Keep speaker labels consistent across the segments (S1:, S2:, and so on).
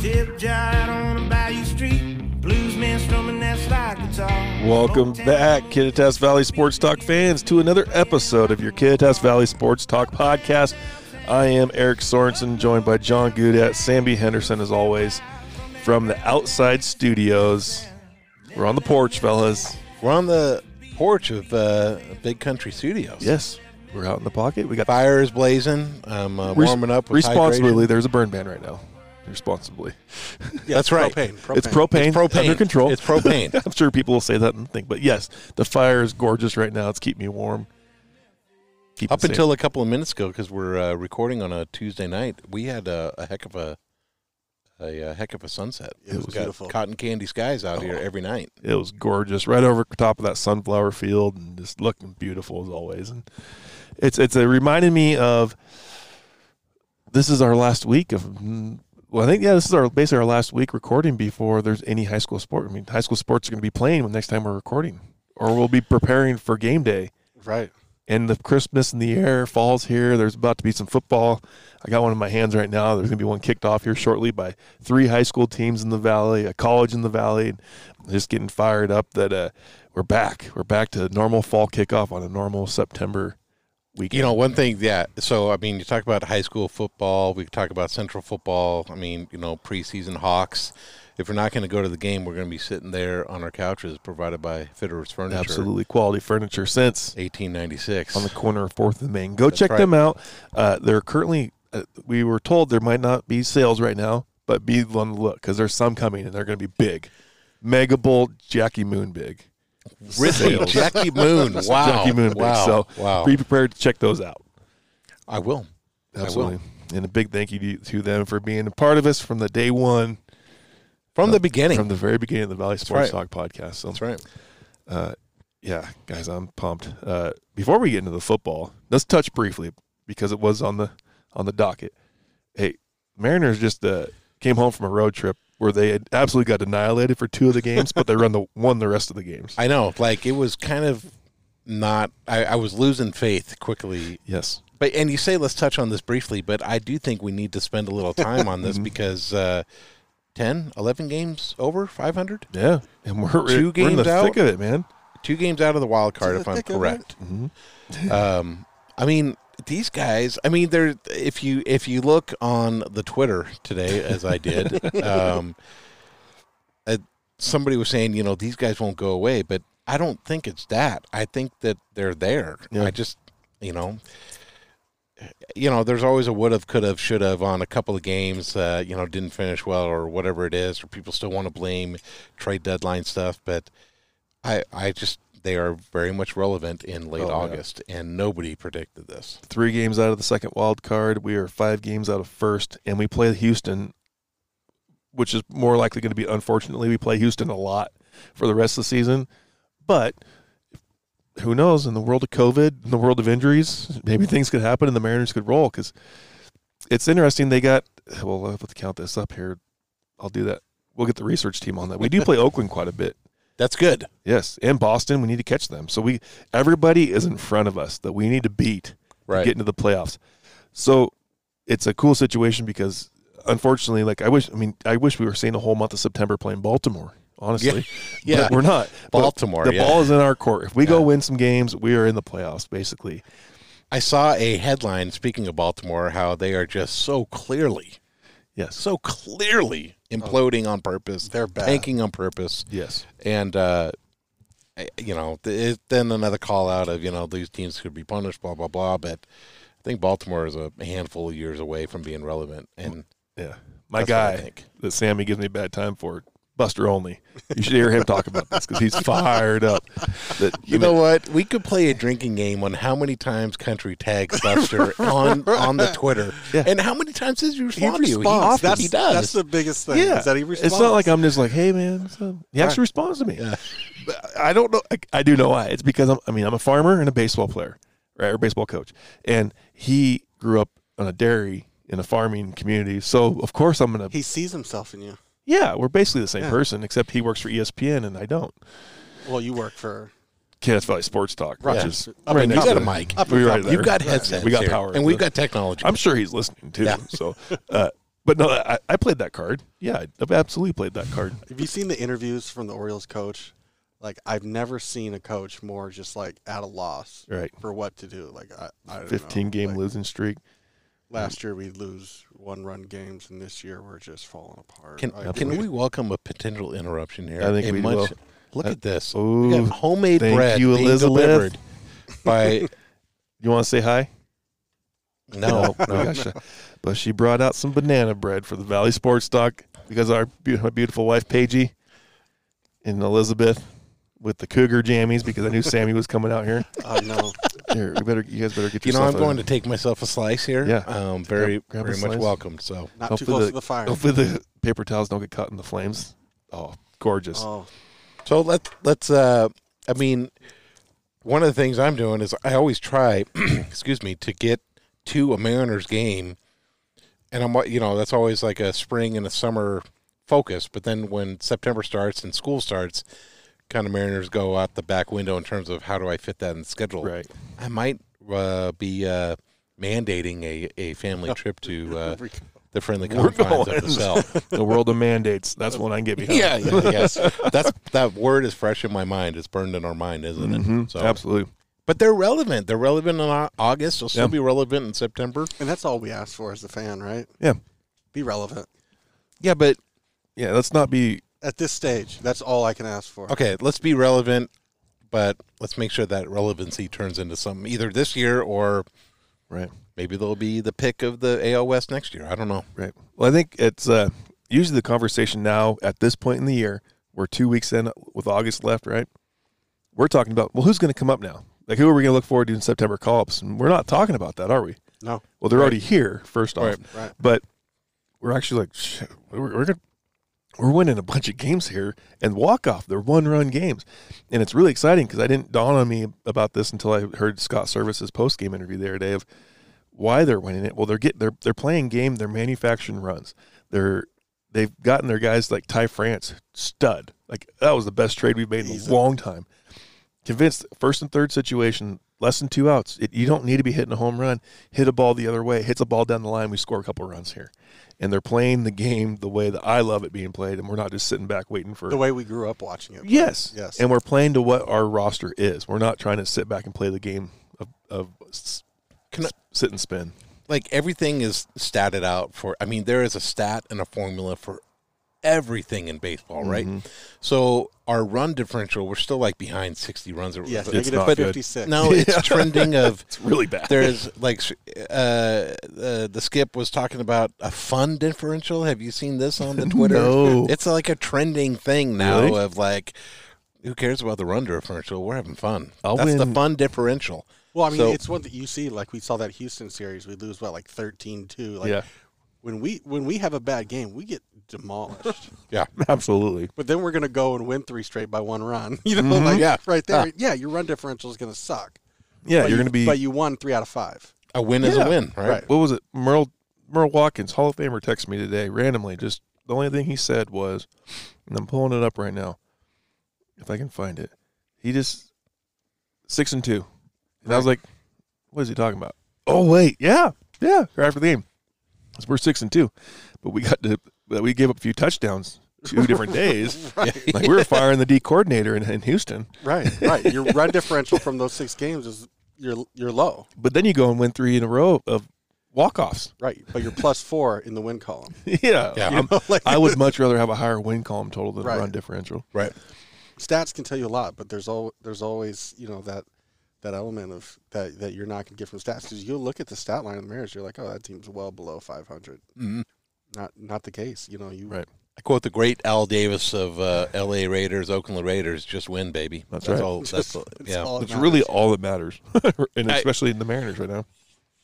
S1: Georgia out on a bayou street. Bluesmen strumming that slide guitar.
S2: Welcome back, Kittitas Valley Sports Talk fans, to another episode of your Kittitas Valley Sports Talk podcast. I am Eric Sorensen, joined by John Goudat, Sammy Henderson, as always, from the outside studios. We're on the porch, fellas.
S3: We're on the porch of uh, Big Country Studios.
S2: Yes, we're out in the pocket. We got
S3: Fire is blazing. I'm uh,
S2: res-
S3: warming up with
S2: responsibly. There's a burn ban right now. Responsibly,
S3: hydration. That's right.
S4: propane,
S2: it's propane.
S3: It's propane.
S2: under control.
S3: It's propane.
S2: I'm sure people will say that and think, but yes, the fire is gorgeous right now. It's keeping me warm. Keep
S3: Up
S2: it safe.
S3: until a couple of minutes ago, because we're uh, recording on a Tuesday night, we had a, a heck of a a, uh heck of a sunset.
S4: It was
S3: We've got
S4: beautiful.
S3: Cotton candy skies
S2: Oh.
S3: out here every night.
S2: it was gorgeous right over top of that sunflower field and just looking beautiful as always and it's it's it reminded me of this is our last week of well i think yeah this is our basically our last week recording before there's any high school sport i mean high school sports are going to be playing when next time we're recording or we'll be preparing for game day
S4: Right.
S2: and the christmas in the air falls here there's about to be some football i got one in my hands right now there's going to be one kicked off here shortly by three high school teams in the valley a college in the valley and I'm just getting fired up that uh, we're back we're back to normal fall kickoff on a normal september
S3: You know, one thing, yeah. So, I mean, you talk about high school football. We talk about central football. I mean, you know, preseason Hawks. If we're not going to go to the game, we're going to be sitting there on our couches provided by Fitter's Furniture.
S2: absolutely quality furniture since
S3: 1896.
S2: on the corner of Fourth and Main. Go
S3: That's
S2: check
S3: right.
S2: them out. Uh, they're currently, uh, we were told there might not be sales right now, but be on the look because there's some coming and they're going to be big. Mega Bowl, Jackie Moon big.
S3: Really?
S2: Sales.
S3: Jackie Moon. Wow.
S2: Jackie Moon big.
S3: Wow.
S2: So
S3: wow.
S2: be prepared to check those out.
S3: I will. I will.
S2: Absolutely. And a big thank you to, to them for being a part of us from the day one,
S3: From the beginning.
S2: Uh, from the very beginning of the Valley Sports
S3: right.
S2: Talk podcast. So
S3: That's right.
S2: yeah, guys, I'm pumped. Uh, before we get into the football, let's touch briefly because it was on the on the docket. Hey, Mariners just uh, came home from a road trip where they had absolutely got annihilated for two of the games, but they run the won the rest of the games.
S3: I know. Like, it was kind of not, I, I was losing faith quickly
S2: yes,
S3: But and you say let's touch on this briefly, but I do think we need to spend a little time on
S4: Mm-hmm.
S3: this because uh, 10, 11 games over 500,
S2: yeah, and we're
S3: Two
S2: we're in the
S3: games out?
S2: thick of it, man.
S3: two games out of the wild card,
S4: the
S3: if I'm
S4: thick of it. Mm-hmm.
S3: correct. um, I mean, these guys. I mean, they're if you if you look on the Twitter today, as I did, um, uh, somebody was saying, you know, these guys won't go away, but I don't think it's that. I think that they're there.
S2: Yeah.
S3: I just, you know. You know, there's always a would have, could have, should have on a couple of games. Uh, you know, didn't finish well or whatever it is, or people still want to blame trade deadline stuff. But I, I just they are very much relevant in late
S2: Oh, yeah.
S3: August, and nobody predicted this.
S2: Three games out of the second wild card, we are five games out of first, and we play Houston, which is more likely going to be. Unfortunately, we play Houston a lot for the rest of the season, but who knows? In the world of COVID, in the world of injuries, maybe things could happen and the Mariners could roll. Because it's interesting. They got well. I'll have to count this up here. I'll do that. We'll get the research team on that. We do play Oakland quite a bit.
S3: That's good.
S2: Yes, and Boston. We need to catch them. So we everybody is in front of us that we need to beat
S3: Right.
S2: get into the playoffs. So it's a cool situation because unfortunately, like I wish, I mean, I wish we were seeing a whole month of September playing Baltimore. Honestly,
S3: Yeah.
S2: But we're not. But
S3: Baltimore,
S2: the
S3: yeah.
S2: ball is in our court. If we go
S3: Yeah.
S2: win some games, we are in the playoffs. Basically,
S3: I saw a headline speaking of Baltimore, how they are just so clearly,
S2: yes,
S3: so clearly imploding on purpose.
S4: They're bad.
S3: tanking on purpose,
S2: yes,
S3: and uh, I- you know, th- it, then another call out of you know these teams could be punished, blah blah blah. But I think Baltimore is a handful of years away from being relevant, and
S2: yeah. My
S3: That's what I
S2: guy
S3: think.
S2: that Sammy gives me a bad time for, Buster only. You should hear him talk about this because he's fired up. That, I
S3: You
S2: mean,
S3: know what? We could play a drinking game on how many times country tags Buster on on the Twitter,
S2: Yeah.
S3: and how many times does he
S4: He
S3: respond to you? He,
S4: responds.
S3: often-
S4: That's,
S3: he does.
S4: that's the biggest thing.
S2: Yeah,
S4: Is that he responds.
S2: It's not like I'm just like, hey man, so he actually responds to me. But I don't know. I, I do know why. It's because I'm. I mean, I'm a farmer and a baseball player, right, or baseball coach, and he grew up on a dairy in a farming community. So of course I'm gonna.
S4: he sees himself in you.
S2: yeah, we're basically the same
S4: Yeah.
S2: person, except he works for E ESPN and I don't.
S4: Well, you work for
S2: Kansas Valley Sports Talk,
S3: Right.
S2: which is
S4: Up
S2: right
S4: and
S2: next
S3: you
S2: to
S3: got a mic.
S2: We're right there.
S3: You've got headsets.
S2: We got
S3: here,
S2: power.
S3: and we've got technology.
S2: I'm sure he's listening too.
S3: Yeah.
S2: So, uh, But no, I, I played that card. Yeah, I've absolutely played that card.
S4: Have you seen the interviews from the Orioles coach? Like I've never seen a coach more just like at a loss
S2: Right.
S4: for what to do. Like I, I don't know.
S2: 15 game
S4: Like,
S2: losing streak.
S4: Last year we lose one run games, and this year we're just falling apart.
S3: Can
S4: Like,
S3: can we welcome a potential interruption here?
S2: Oh, I think
S3: A
S2: we will.
S3: Look
S2: I-
S3: at this. we
S2: Oh,
S3: got homemade
S2: thank
S3: bread
S2: you,
S3: being
S2: Elizabeth.
S3: delivered by
S2: you want to say hi?
S3: no,
S2: no,
S3: no.
S2: gosh. But she brought out some banana bread for the Valley Sports Talk because our be- my beautiful wife Paigey and Elizabeth with the cougar jammies because I knew Sammy was coming out here.
S4: Oh no!
S2: Here, we better you guys better get
S3: You know,
S2: yourself
S3: I'm
S2: a-
S3: going to take myself a slice here.
S2: Yeah.
S3: Um, very,
S2: grab a
S3: very much
S2: slice.
S3: welcome. So
S4: Not
S2: Hopefully
S4: too close
S2: the-
S4: to the fire.
S2: Hopefully the paper towels don't get caught in the flames. Oh, gorgeous.
S4: Oh,
S3: So let's let's. Uh, I mean, one of the things I'm doing is I always try, excuse me, to get to a Mariners game, and I'm you know that's always like a spring and a summer focus. But then when September starts and school starts, kind of Mariners go out the back window in terms of how do I fit that in the schedule.
S2: Right.
S3: I might uh, be uh, mandating a, a family trip to uh,
S4: Here we go.
S3: the friendly
S2: We're
S3: confines of
S2: going.
S3: the cell.
S2: The world of mandates. That's one I can get behind.
S3: Yeah, yeah, yes. That's that word is fresh in my mind. It's burned in our mind, isn't it?
S2: Mhm,
S3: So,
S2: Absolutely.
S3: but they're relevant. They're relevant in Au- August. They'll still
S2: Yeah.
S3: be relevant in September.
S4: and that's all we ask for as a fan, right?
S2: Yeah.
S4: Be relevant
S3: Yeah, but
S2: Yeah, let's not be
S4: at this stage. That's all I can ask for.
S3: okay, let's be relevant, but let's make sure that relevancy turns into something either this year or
S2: right.
S3: maybe they'll be the pick of the AL West next year. I don't know.
S2: Right. Well, I think it's uh, usually the conversation now at this point in the year. We're two weeks in with August left, right? We're talking about well, who's going to come up now? Like, who are we going to look forward to in September call-ups? And we're not talking about that, are we?
S4: No.
S2: Well, they're already here. First off,
S3: Right,
S4: right.
S2: but we're actually like "Shit, we're we're, gonna, we're winning a bunch of games here and walk off. They're one-run games, and it's really exciting because I didn't dawn on me about this until I heard Scott Service's post-game interview the other day of why they're winning it. Well, they're get they're they're playing game. They're manufacturing runs. They're they've gotten their guys like Ty France stud. Like that was the best trade we've made in a long time. Convinced first and third situation, less than two outs. It, you don't need to be hitting a home run. Hit a ball the other way. Hits a ball down the line. We score a couple runs here, and they're playing the game the way that I love it being played. And we're not just sitting back waiting for
S4: The way we grew up watching it.
S2: Yes.
S4: Yes.
S2: And we're playing to what our roster is. We're not trying to sit back and play the game of, of s-
S3: Can I-
S2: sit and spin.
S3: Like everything is statted out for. I mean, there is a stat and a formula for everything in baseball, right?
S2: Mm-hmm.
S3: So our run differential, we're still like behind sixty runs. Or
S4: Yes.
S3: but-
S4: Negative
S2: not good.
S4: fifty-six.
S3: No, it's trending of
S2: It's really bad.
S3: there's like uh, uh, the skip was talking about a fun differential. Have you seen this on the Twitter?
S2: No.
S3: It's like a trending thing now
S2: Really?
S3: of like, who cares about the run differential? We're having fun.
S2: I'll
S3: That's the
S2: win.
S3: fun differential.
S4: Well, I mean,
S3: So-
S4: it's one that you see. Like we saw that Houston series, we lose what, like 13-2. Like
S2: yeah.
S4: when we when we have a bad game, we get demolished.
S3: Yeah,
S2: Absolutely.
S4: but then we're gonna go and win three straight by one run. You know, like
S3: Yeah.
S4: right there. Mm-hmm. Yeah, your run differential is gonna suck.
S2: Yeah. You're
S4: But you-
S2: going to be.
S4: But you won three out of five.
S3: a win is
S2: Yeah.
S3: a win, right?
S4: Right.
S2: what was it? Merle Merle Watkins, Hall of Famer, texted me today randomly. Just the only thing he said was, and I'm pulling it up right now, if I can find it. He just six and two, and I was like, "What is he talking about?" Oh wait, yeah, yeah. Right after the game, 'Cause we're six and two, but we got to but we gave up a few touchdowns two different days. Like we were firing the D coordinator in, in Houston,
S4: Right, right. Your run differential from those six games is you're you're low.
S2: but then you go and win three in a row of walk offs.
S4: Right, but you're plus four in the win column.
S2: yeah,
S3: Yeah.
S2: I'm-
S4: like
S2: I would much rather have a higher win column total than
S4: Right.
S2: a run differential.
S3: Right.
S4: stats can tell you a lot, but there's all there's always you know that that element of that that you're not going to get from stats because you'll look at the stat line of the Mariners, you're like, oh, that team's well below 500.
S3: Mhm.
S4: Not not the case, you know. You
S2: Right.
S3: I quote the great Al Davis of uh, L.A. Raiders, Oakland Raiders. Just win, baby.
S2: That's right.
S3: All, that's all,
S4: It's
S3: yeah.
S4: all that
S2: That's really
S4: matters.
S2: all that matters, and
S3: I-
S2: especially in the Mariners right now.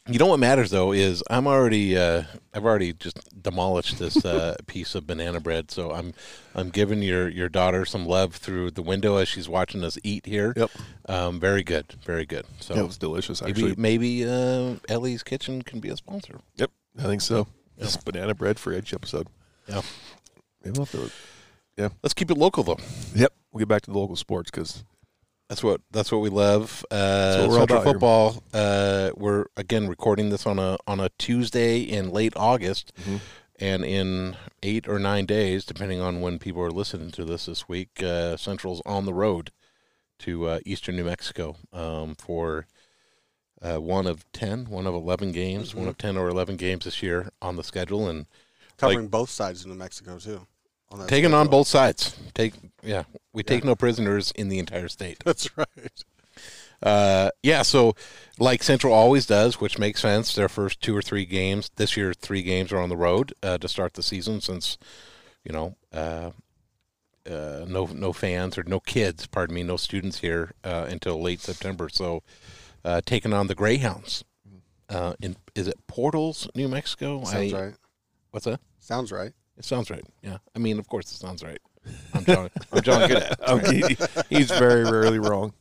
S3: You know what matters though is I'm already uh, I've already just demolished this uh, piece of banana bread, so I'm I'm giving your your daughter some love through the window as she's watching us eat here.
S2: Yep.
S3: um, very good, very good. So
S2: That was delicious, actually.
S3: maybe maybe uh, Ellie's Kitchen can be a sponsor.
S2: Yep, I think so. This banana bread for each episode.
S3: Yeah,
S2: Maybe we'll have to.
S3: let's keep it local though.
S2: Yep, we'll get back to the local sports because
S3: That's what that's what we love. Uh,
S2: what we're all
S3: Central
S2: about here.
S3: football.
S2: Mm-hmm.
S3: Uh, we're again recording this on a on a Tuesday in late August. And in eight or nine days, depending on when people are listening to this this week, uh, Central's on the road to uh, eastern New Mexico um, for uh, one of 10, one of 11 games,
S2: Mm-hmm.
S3: one of 10 or 11 games this year on the schedule. And
S4: covering both sides of New Mexico too. On that
S3: taking on
S4: schedule.
S3: both sides. Take yeah, we take no prisoners in the entire state.
S4: That's right.
S3: Uh, yeah, so like Central always does, which makes sense. Their first two or three games this year, three games are on the road uh, to start the season, since you know uh, uh, no no fans or no kids, pardon me, no students here uh, until late September. So uh, taking on the Greyhounds. Uh, in is it Portals, New Mexico?
S4: Sounds
S3: I-
S4: right.
S3: What's that?
S4: Sounds right.
S3: It sounds right. Yeah, I mean, of course, it sounds right. I'm John. I'm John Goodett.
S2: Okay, he's very rarely wrong.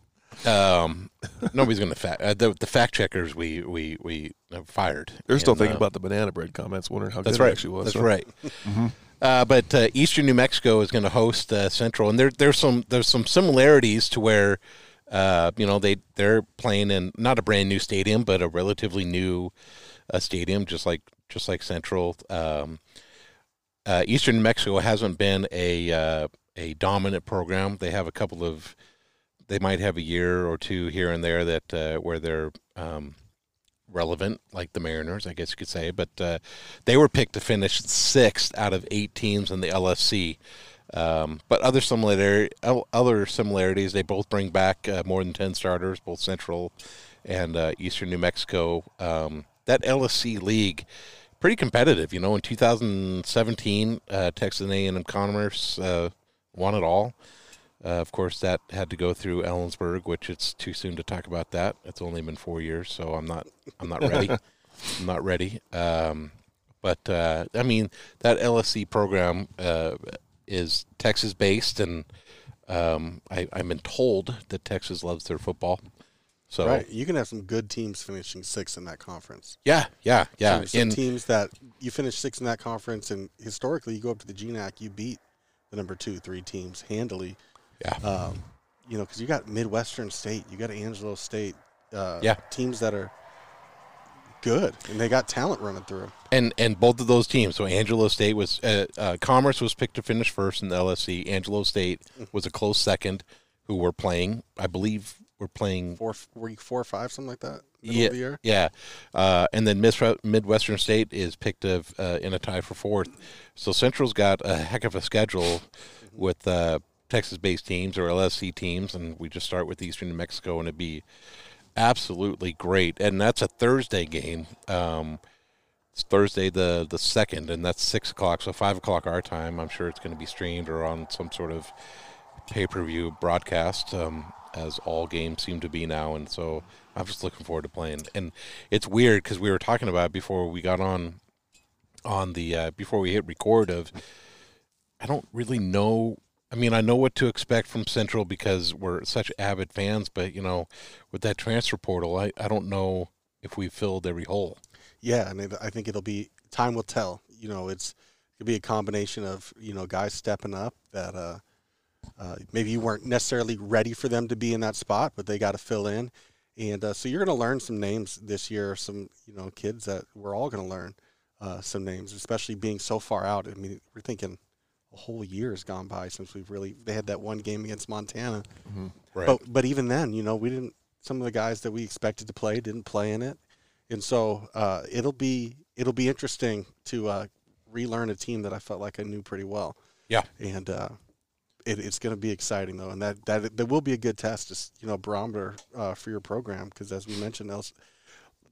S3: Um, nobody's gonna fact uh, the, the fact checkers we we we have fired.
S2: They're still
S3: And,
S2: thinking
S3: uh,
S2: about the banana bread comments, wondering how
S3: that's
S2: good
S3: right.
S2: it actually was.
S3: That's
S2: huh? Mm-hmm.
S3: right. Uh, but uh, Eastern New Mexico is going to host uh, Central, and there there's some there's some similarities to where uh, you know they they're playing in not a brand new stadium, but a relatively new uh, stadium, just like just like Central. Um, uh, Eastern New Mexico hasn't been a uh, a dominant program. They have a couple of they might have a year or two here and there that uh, where they're um, relevant, like the Mariners, I guess you could say. But uh, they were picked to finish sixth out of eight teams in the LFC. Um, but other similar other similarities, they both bring back uh, more than ten starters, both Central and uh, Eastern New Mexico. Um, that LFC league, pretty competitive. You know, in 2017, uh, Texas A&M Commerce uh, won it all. Uh, of course, that had to go through Ellensburg, which it's too soon to talk about that. It's only been four years, so I'm not I'm not ready. I'm not ready. Um, but uh, I mean, that LSC program uh, is Texas based, and um, I, I've been told that Texas loves their football. So
S4: Right. You can have some good teams finishing sixth in that conference.
S3: yeah, yeah, yeah.
S4: Some, some
S3: And-
S4: teams that you finish sixth in that conference, and historically, you go up to the GNAC, you beat the number two, three teams handily.
S3: Yeah.
S4: Um, you know, because you got Midwestern State, you got Angelo State. Uh,
S3: Yeah.
S4: Teams that are good, and they got talent running through. 'em.
S3: And and both of those teams. So Angelo State was uh, uh, Commerce was picked to finish first in the LSC. Angelo State was a close second, who were playing. I believe we're playing.
S4: Four, week four or five, something like that. Middle
S3: Yeah,
S4: Of the year.
S3: yeah, uh, and then Mis- Midwestern State is picked of, uh, in a tie for fourth. So Central's got a heck of a schedule with uh, Texas-based teams or LSC teams, and we just start with Eastern New Mexico, and it'd be absolutely great. And that's a Thursday game. Um, it's Thursday the the second, and that's six o'clock. So five o'clock our time. I'm sure it's going to be streamed or on some sort of pay per view broadcast, um, as all games seem to be now. And so I'm just looking forward to playing. And it's weird because we were talking about it before we got on on the uh, before we hit record of I don't really know. I mean, I know what to expect from Central because we're such avid fans, but you know, with that transfer portal, I, I don't know if we filled every hole.
S4: Yeah, and it, I think it'll be time will tell. You know, it's it'll be a combination of you know guys stepping up that uh, uh, maybe you weren't necessarily ready for them to be in that spot, but they got to fill in, and uh, so you're going to learn some names this year. Some you know kids that we're all going to learn uh, some names, especially being so far out. I mean, we're thinking a whole year has gone by since we've really they had that one game against Montana.
S3: Right.
S4: But but even then, you know, we didn't. Some of the guys that we expected to play didn't play in it, and so uh, it'll be it'll be interesting to uh, relearn a team that I felt like I knew pretty well.
S3: Yeah.
S4: and uh, it, it's going to be exciting though, and that that that will be a good test, just you know, barometer uh, for your program because as we mentioned, else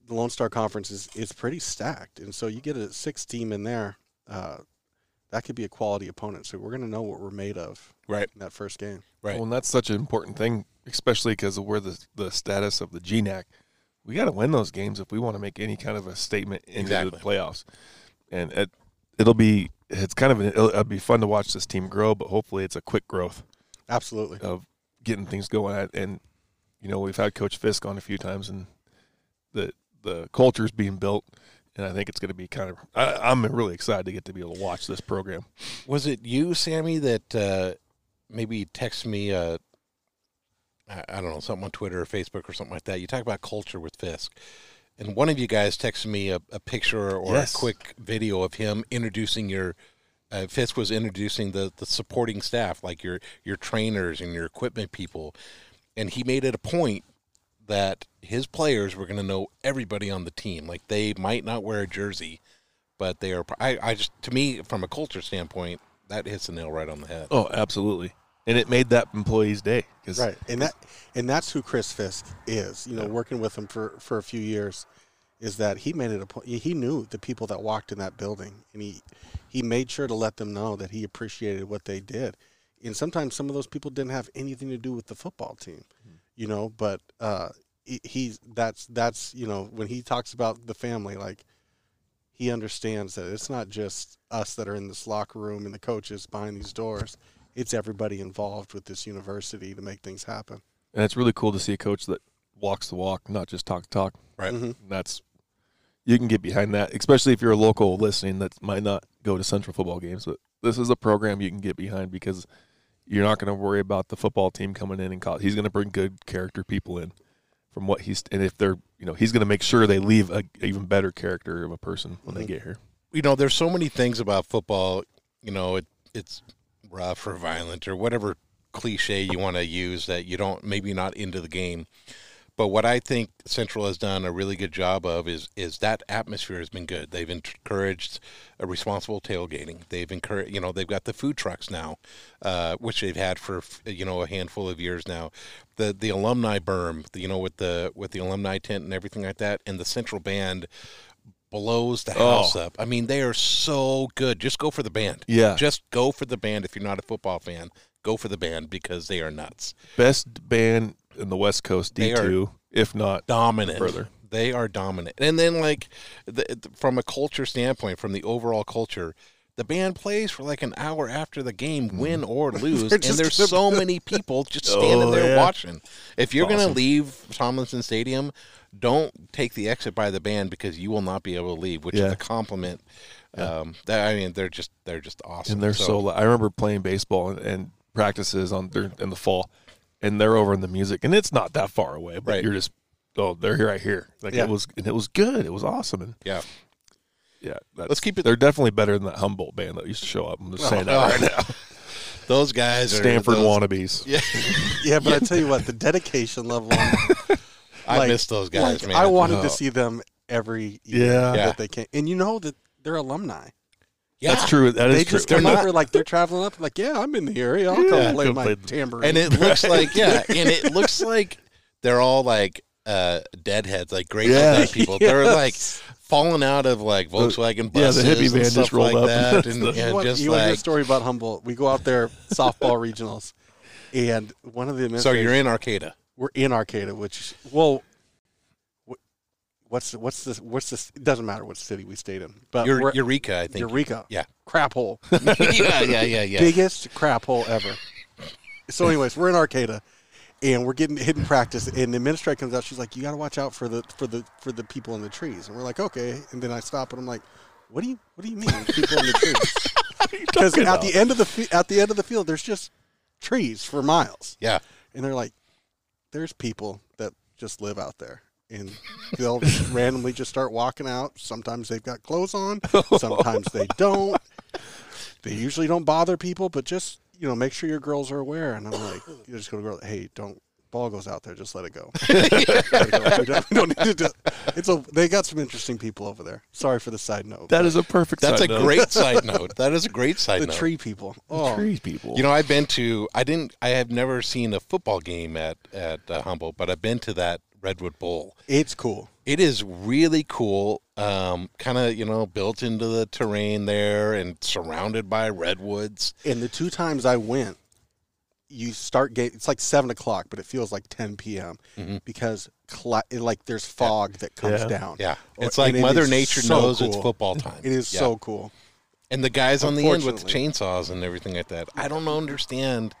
S4: the Lone Star Conference is is pretty stacked, and so you get a six team in there. Uh, that could be a quality opponent, so we're going to know what we're made of
S3: Right.
S4: in that first game.
S3: Right.
S2: Well, and that's such an important thing, especially because of where the the status of the GNAC. We got to win those games if we want to make any kind of a statement into
S3: Exactly.
S2: the playoffs. And it, it'll be it's kind of an, it'll, it'll be fun to watch this team grow, but hopefully it's a quick growth
S4: Absolutely.
S2: of getting things going. At, and you know we've had Coach Fisk on a few times, and the the culture's being built. And I think it's going to be kind of. I, I'm really excited to get to be able to watch this program.
S3: Was it you, Sammy, that uh, maybe text me? Uh, I, I don't know something on Twitter or Facebook or something like that. You talk about culture with Fisk, and one of you guys texted me a, a picture or
S2: Yes.
S3: a quick video of him introducing your. Uh, Fisk was introducing the the supporting staff, like your your trainers and your equipment people, and he made it a point that his players were going to know everybody on the team. Like they might not wear a jersey, but they are. I, I just to me, from a culture standpoint, that hits the nail right on the head.
S2: Oh, absolutely. And it made that employee's day because
S4: Right, and that and that's who Chris Fisk is. You know, working with him for for a few years, is that he made it a point. He knew the people that walked in that building, and he he made sure to let them know that he appreciated what they did. And sometimes some of those people didn't have anything to do with the football team, you know. But uh, he, he's that's that's you know when he talks about the family, like he understands that it's not just us that are in this locker room and the coaches behind these doors. It's everybody involved with this university to make things happen.
S2: and it's really cool to see a coach that walks the walk, not just talk the talk.
S3: Right.
S4: Mhm.
S2: And that's you can get behind that, especially if you're a local listening that might not go to Central football games. But this is a program you can get behind because you're not going to worry about the football team coming in and call. He's going to bring good character people in from what he's and if they're you know he's going to make sure they leave a even better character of a person when
S3: Mm-hmm.
S2: they get here.
S3: you know, there's so many things about football. You know, it it's rough or violent or whatever cliche you want to use that you don't maybe not into the game. But what I think Central has done a really good job of is is that atmosphere has been good. They've encouraged a responsible tailgating. They've encouraged, you know, they've got the food trucks now, uh, which they've had for you know a handful of years now. The the alumni berm, you know, with the with the alumni tent and everything like that, and the Central band blows the house up. I mean, they are so good. Just go for the band.
S2: Yeah.
S3: Just go for the band if you're not a football fan. Go for the band because they are nuts.
S2: Best band in the West Coast
S3: They
S2: D
S3: are-
S2: two, if not
S3: dominant.
S2: Further.
S3: They are dominant. And then, like, the, the- from a culture standpoint, from the overall culture, the band plays for like an hour after the game,
S2: Mm-hmm.
S3: win or lose, and
S4: just
S3: there's
S4: gonna-
S3: so many people just standing
S2: Oh, yeah.
S3: there watching. If you're
S2: awesome.
S3: gonna leave Tomlinson Stadium, don't take the exit by the band because you will not be able to leave, which
S2: Yeah.
S3: is a compliment. Um, that, I mean, they're just they're just awesome.
S2: and they're so. lou- I remember playing baseball and, and practices on dur- in the fall, and they're over in the music, and it's not that far away, but
S3: Right.
S2: you're just oh, they're here right here. Like
S4: Yeah.
S2: it was, and it was good. It was awesome, and
S3: yeah.
S2: yeah, that's,
S3: Let's keep it-
S2: They're definitely better than that Humboldt band that used to show up. I'm just saying that
S3: Oh,
S2: right now.
S3: Those guys are
S2: Stanford
S3: those-
S2: wannabes. Yeah,
S4: Yeah, but I tell you what, the dedication level. On,
S3: I
S4: like-
S3: miss those guys,
S4: like,
S3: man. Oh.
S4: I wanted
S2: No.
S4: to see them every year
S2: Uh-huh. yeah,
S3: Yeah.
S4: that they can, and you know that they're alumni.
S3: Yeah.
S2: that's true. That is
S4: they
S2: true.
S4: just
S3: They're
S4: come
S3: not-
S4: over like they're traveling up, like yeah, I'm in the area. I'll
S2: Yeah.
S4: come play
S2: Go play
S4: my
S2: the-
S4: tambourine.
S3: and it looks like yeah, and it looks like they're all like uh deadheads, like Grateful
S2: Yeah.
S3: Dead people. They're like
S4: Yes.
S3: falling out of like Volkswagen
S2: yeah, the
S3: buses.
S2: hippie
S3: and
S2: van just
S3: stuff
S2: rolled
S3: like
S2: up.
S3: That, and, and
S4: you want,
S3: just
S4: you want to hear a
S3: like
S4: story about Humboldt? We go out there softball regionals, and one of the administrators.
S3: so you're in Arcata.
S4: we're in Arcata, which well, wh- what's what's this? What's this? It doesn't matter what city we stayed in,
S2: Uh,
S4: but
S3: You're,
S4: we're,
S3: Eureka, I think.
S4: Eureka,
S3: Yeah.
S4: crap hole,
S3: yeah, yeah, yeah, yeah.
S4: biggest crap hole ever. so, anyways, we're in Arcata, and we're getting hidden practice, and the administrator comes out. She's like, "You got to watch out for the for the for the people in the trees," and we're like, "Okay." And then I stop, and I'm like, "What do you what do you mean people in the trees?" Because at the end of the fi- at the end of the field, there's just trees for miles
S3: yeah.
S4: and they're like, "There's people that just live out there, and they'll randomly just start walking out. Sometimes they've got clothes on,
S3: Oh.
S4: sometimes they don't. They usually don't bother people, but just you know, make sure your girls are aware." And I'm like, "You're just gonna go, hey, don't." Ball goes out there. Just let it go. Let it go. We don't, we don't need to do- It's a. They got some interesting people over there. Sorry for the side note.
S2: that is a perfect.
S3: That's a
S2: side note.
S3: great side note. That is a great side
S4: the
S3: note.
S4: tree people. Oh,
S2: Trees people.
S3: You know, I've been to. I didn't. I have never seen a football game at at uh, Humboldt, but I've been to that Redwood Bowl.
S4: it's cool.
S3: It is really cool. Um, kind of, you know, built into the terrain there and surrounded by redwoods.
S4: And the two times I went, you start get it's like seven o'clock, but it feels like ten p.m.
S3: Mm-hmm.
S4: because cli- it, like there's fog that comes
S2: Yeah.
S4: down.
S3: Yeah.
S4: Or-
S3: It's like
S4: and it
S3: Mother
S4: is
S3: Nature
S4: so
S3: knows it's
S4: cool.
S3: football time.
S4: It is
S3: Yeah.
S4: so cool.
S3: And the guys on the end with
S4: Unfortunately.
S3: chainsaws and everything like that. I don't understand.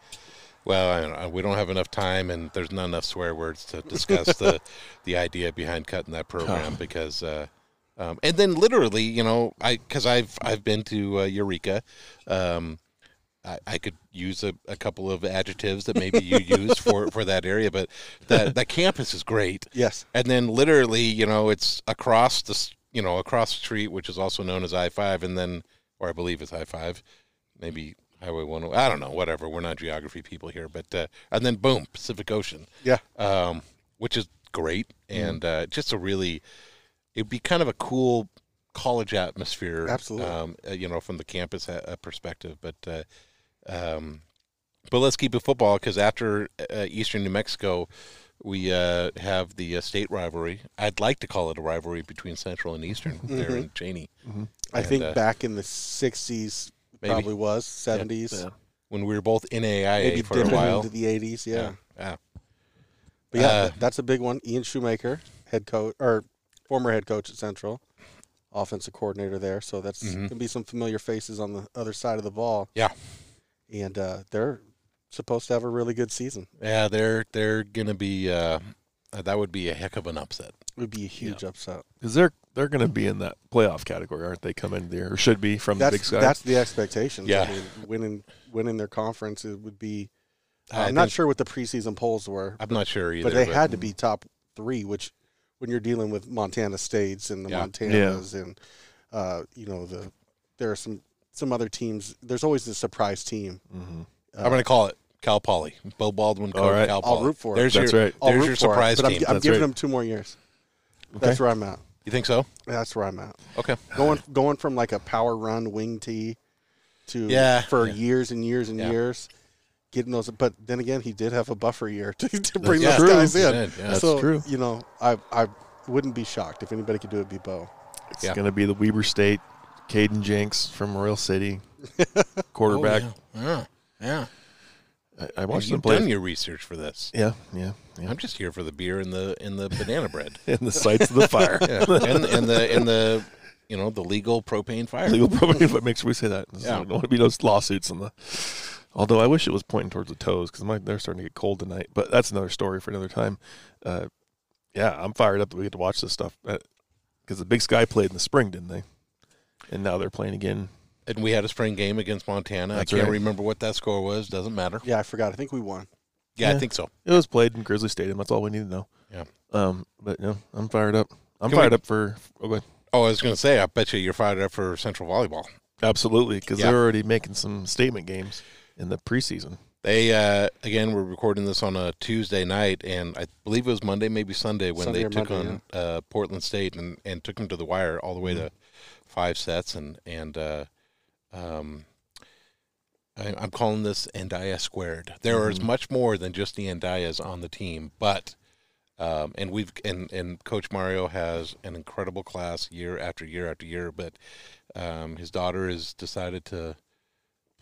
S3: Well, I don't know. we don't have enough time, and there's not enough swear words to discuss the the idea behind cutting that program because. Uh, um, and then literally, you know, I because I've I've been to uh, Eureka, um, I, I could use a, a couple of adjectives that maybe you use for, for that area, but that that campus is great.
S4: Yes.
S3: And then literally, you know, it's across the s- you know across the street, which is also known as I five, and then or I believe it's I five, maybe Highway one. oh, I don't know, whatever. We're not geography people here, but uh, and then boom, Pacific Ocean
S4: Yeah.
S3: um, which is great
S4: Mm-hmm.
S3: and uh, just a really it'd be kind of a cool college atmosphere
S4: Absolutely.
S3: um, uh, you know from the campus uh, uh, perspective but uh, um, but let's keep it football because after uh, eastern new mexico we uh, have the uh, state rivalry i'd like to call it a rivalry between central and eastern
S4: Mm-hmm.
S3: there in cheney
S4: I
S3: And,
S4: think
S3: uh,
S4: back in the 60s
S3: Maybe.
S4: probably was, 70s,
S3: when we were both in aia
S4: maybe
S3: for a
S4: dipping
S3: while
S4: into the 80s. Yeah.
S3: yeah.
S4: But yeah,
S3: Uh,
S4: that- that's a big one. Ian Shoemaker, head coach or former head coach at Central, offensive coordinator there. So that's
S3: Mhm.
S4: gonna be some familiar faces on the other side of the ball.
S3: Yeah.
S4: and uh, they're supposed to have a really good season.
S3: yeah they're they're gonna be uh, that would be a heck of an upset
S4: It would be a huge upset.
S2: Because they're they're going to be in that playoff category, aren't they? Come in there or should be from the Big
S4: That's
S2: Sky.
S4: that's the expectation.
S3: Yeah.
S4: I mean, winning winning their conference it would be.
S3: I
S4: I'm not
S3: think-
S4: sure what the preseason polls were,
S3: i'm not sure either mm.
S4: but they had to be top three, which when you're dealing with Montana States and the
S3: Yeah.
S4: Montanas and uh, you know the there are some some other teams. There's always the surprise team.
S3: Mm.
S2: Mhm.
S3: I'm going to call it Cal Poly. Bo Baldwin called
S2: All right.
S3: Cal
S4: uh, I'll
S3: Poly.
S4: root for it.
S3: There's
S2: That's
S3: your,
S2: right.
S4: I'll
S3: There's
S4: root
S3: your
S4: for it,
S3: surprise
S4: but I'm,
S3: team.
S4: I'm
S2: That's
S4: giving
S2: right.
S4: them two more years.
S2: Okay.
S4: That's where I'm at.
S3: you think so?
S4: That's where I'm at.
S3: Okay.
S4: Going going from like a power run wing tee to
S3: Yeah.
S4: for
S3: Yeah.
S4: years and years and
S3: Yeah.
S4: years. Getting those, but then again, he did have a buffer year to, to bring
S3: yeah,
S4: those
S2: true.
S4: guys in.
S3: He did, yeah. That's
S4: so,
S2: true.
S4: You know, I I wouldn't be shocked if anybody could do it. it'd Be Bo.
S2: It's
S3: Yeah.
S2: going to be the Weber State, Caden Jenks from Royal City, quarterback.
S3: Oh, yeah. Yeah.
S2: I, I
S3: yeah.
S2: watched them
S3: You've
S2: play.
S3: done your research for this.
S2: yeah, yeah, yeah.
S3: I'm just here for the beer and the and the banana bread.
S2: And the sights of the fire.
S3: yeah. And and the and the you know the legal propane fire.
S2: Legal probably, but make sure we say that.
S3: Yeah.
S2: Yeah. Don't want to be those lawsuits on the. Although I wish it was pointing towards the toes because they're starting to get cold tonight. But that's another story for another time. Uh, yeah, I'm fired up that we get to watch this stuff because the Big Sky played in the spring, didn't they? And now they're playing again.
S3: And we had a spring game against Montana.
S2: That's
S3: I can't
S2: right.
S3: remember what that score was. Doesn't matter.
S4: Yeah, I forgot. I think we won.
S3: Yeah, I
S2: Yeah.
S3: think so.
S2: It was played in Grizzly Stadium. That's all we need to know.
S3: Yeah.
S2: Um. But no, I'm fired up. I'm
S3: Can we-
S2: fired up for oh, go ahead.
S3: Oh, I was going to say, I bet you you're fired up for Central Volleyball.
S2: absolutely because
S3: Yeah.
S2: they're already making some statement games in the preseason.
S3: They uh, again, we're recording this on a Tuesday night, and I believe it was Monday, maybe Sunday, when
S4: Sunday
S3: they
S4: or
S3: took
S4: Monday,
S3: on uh, Portland State and, and took them to the wire all the way to
S4: Mm-hmm.
S3: five sets, and and uh, um, I, I'm calling this Andaya squared. There is
S4: Mm-hmm.
S3: much more than just the Andayas on the team, but um, and we've and and Coach Mario has an incredible class year after year after year, but um, his daughter has decided to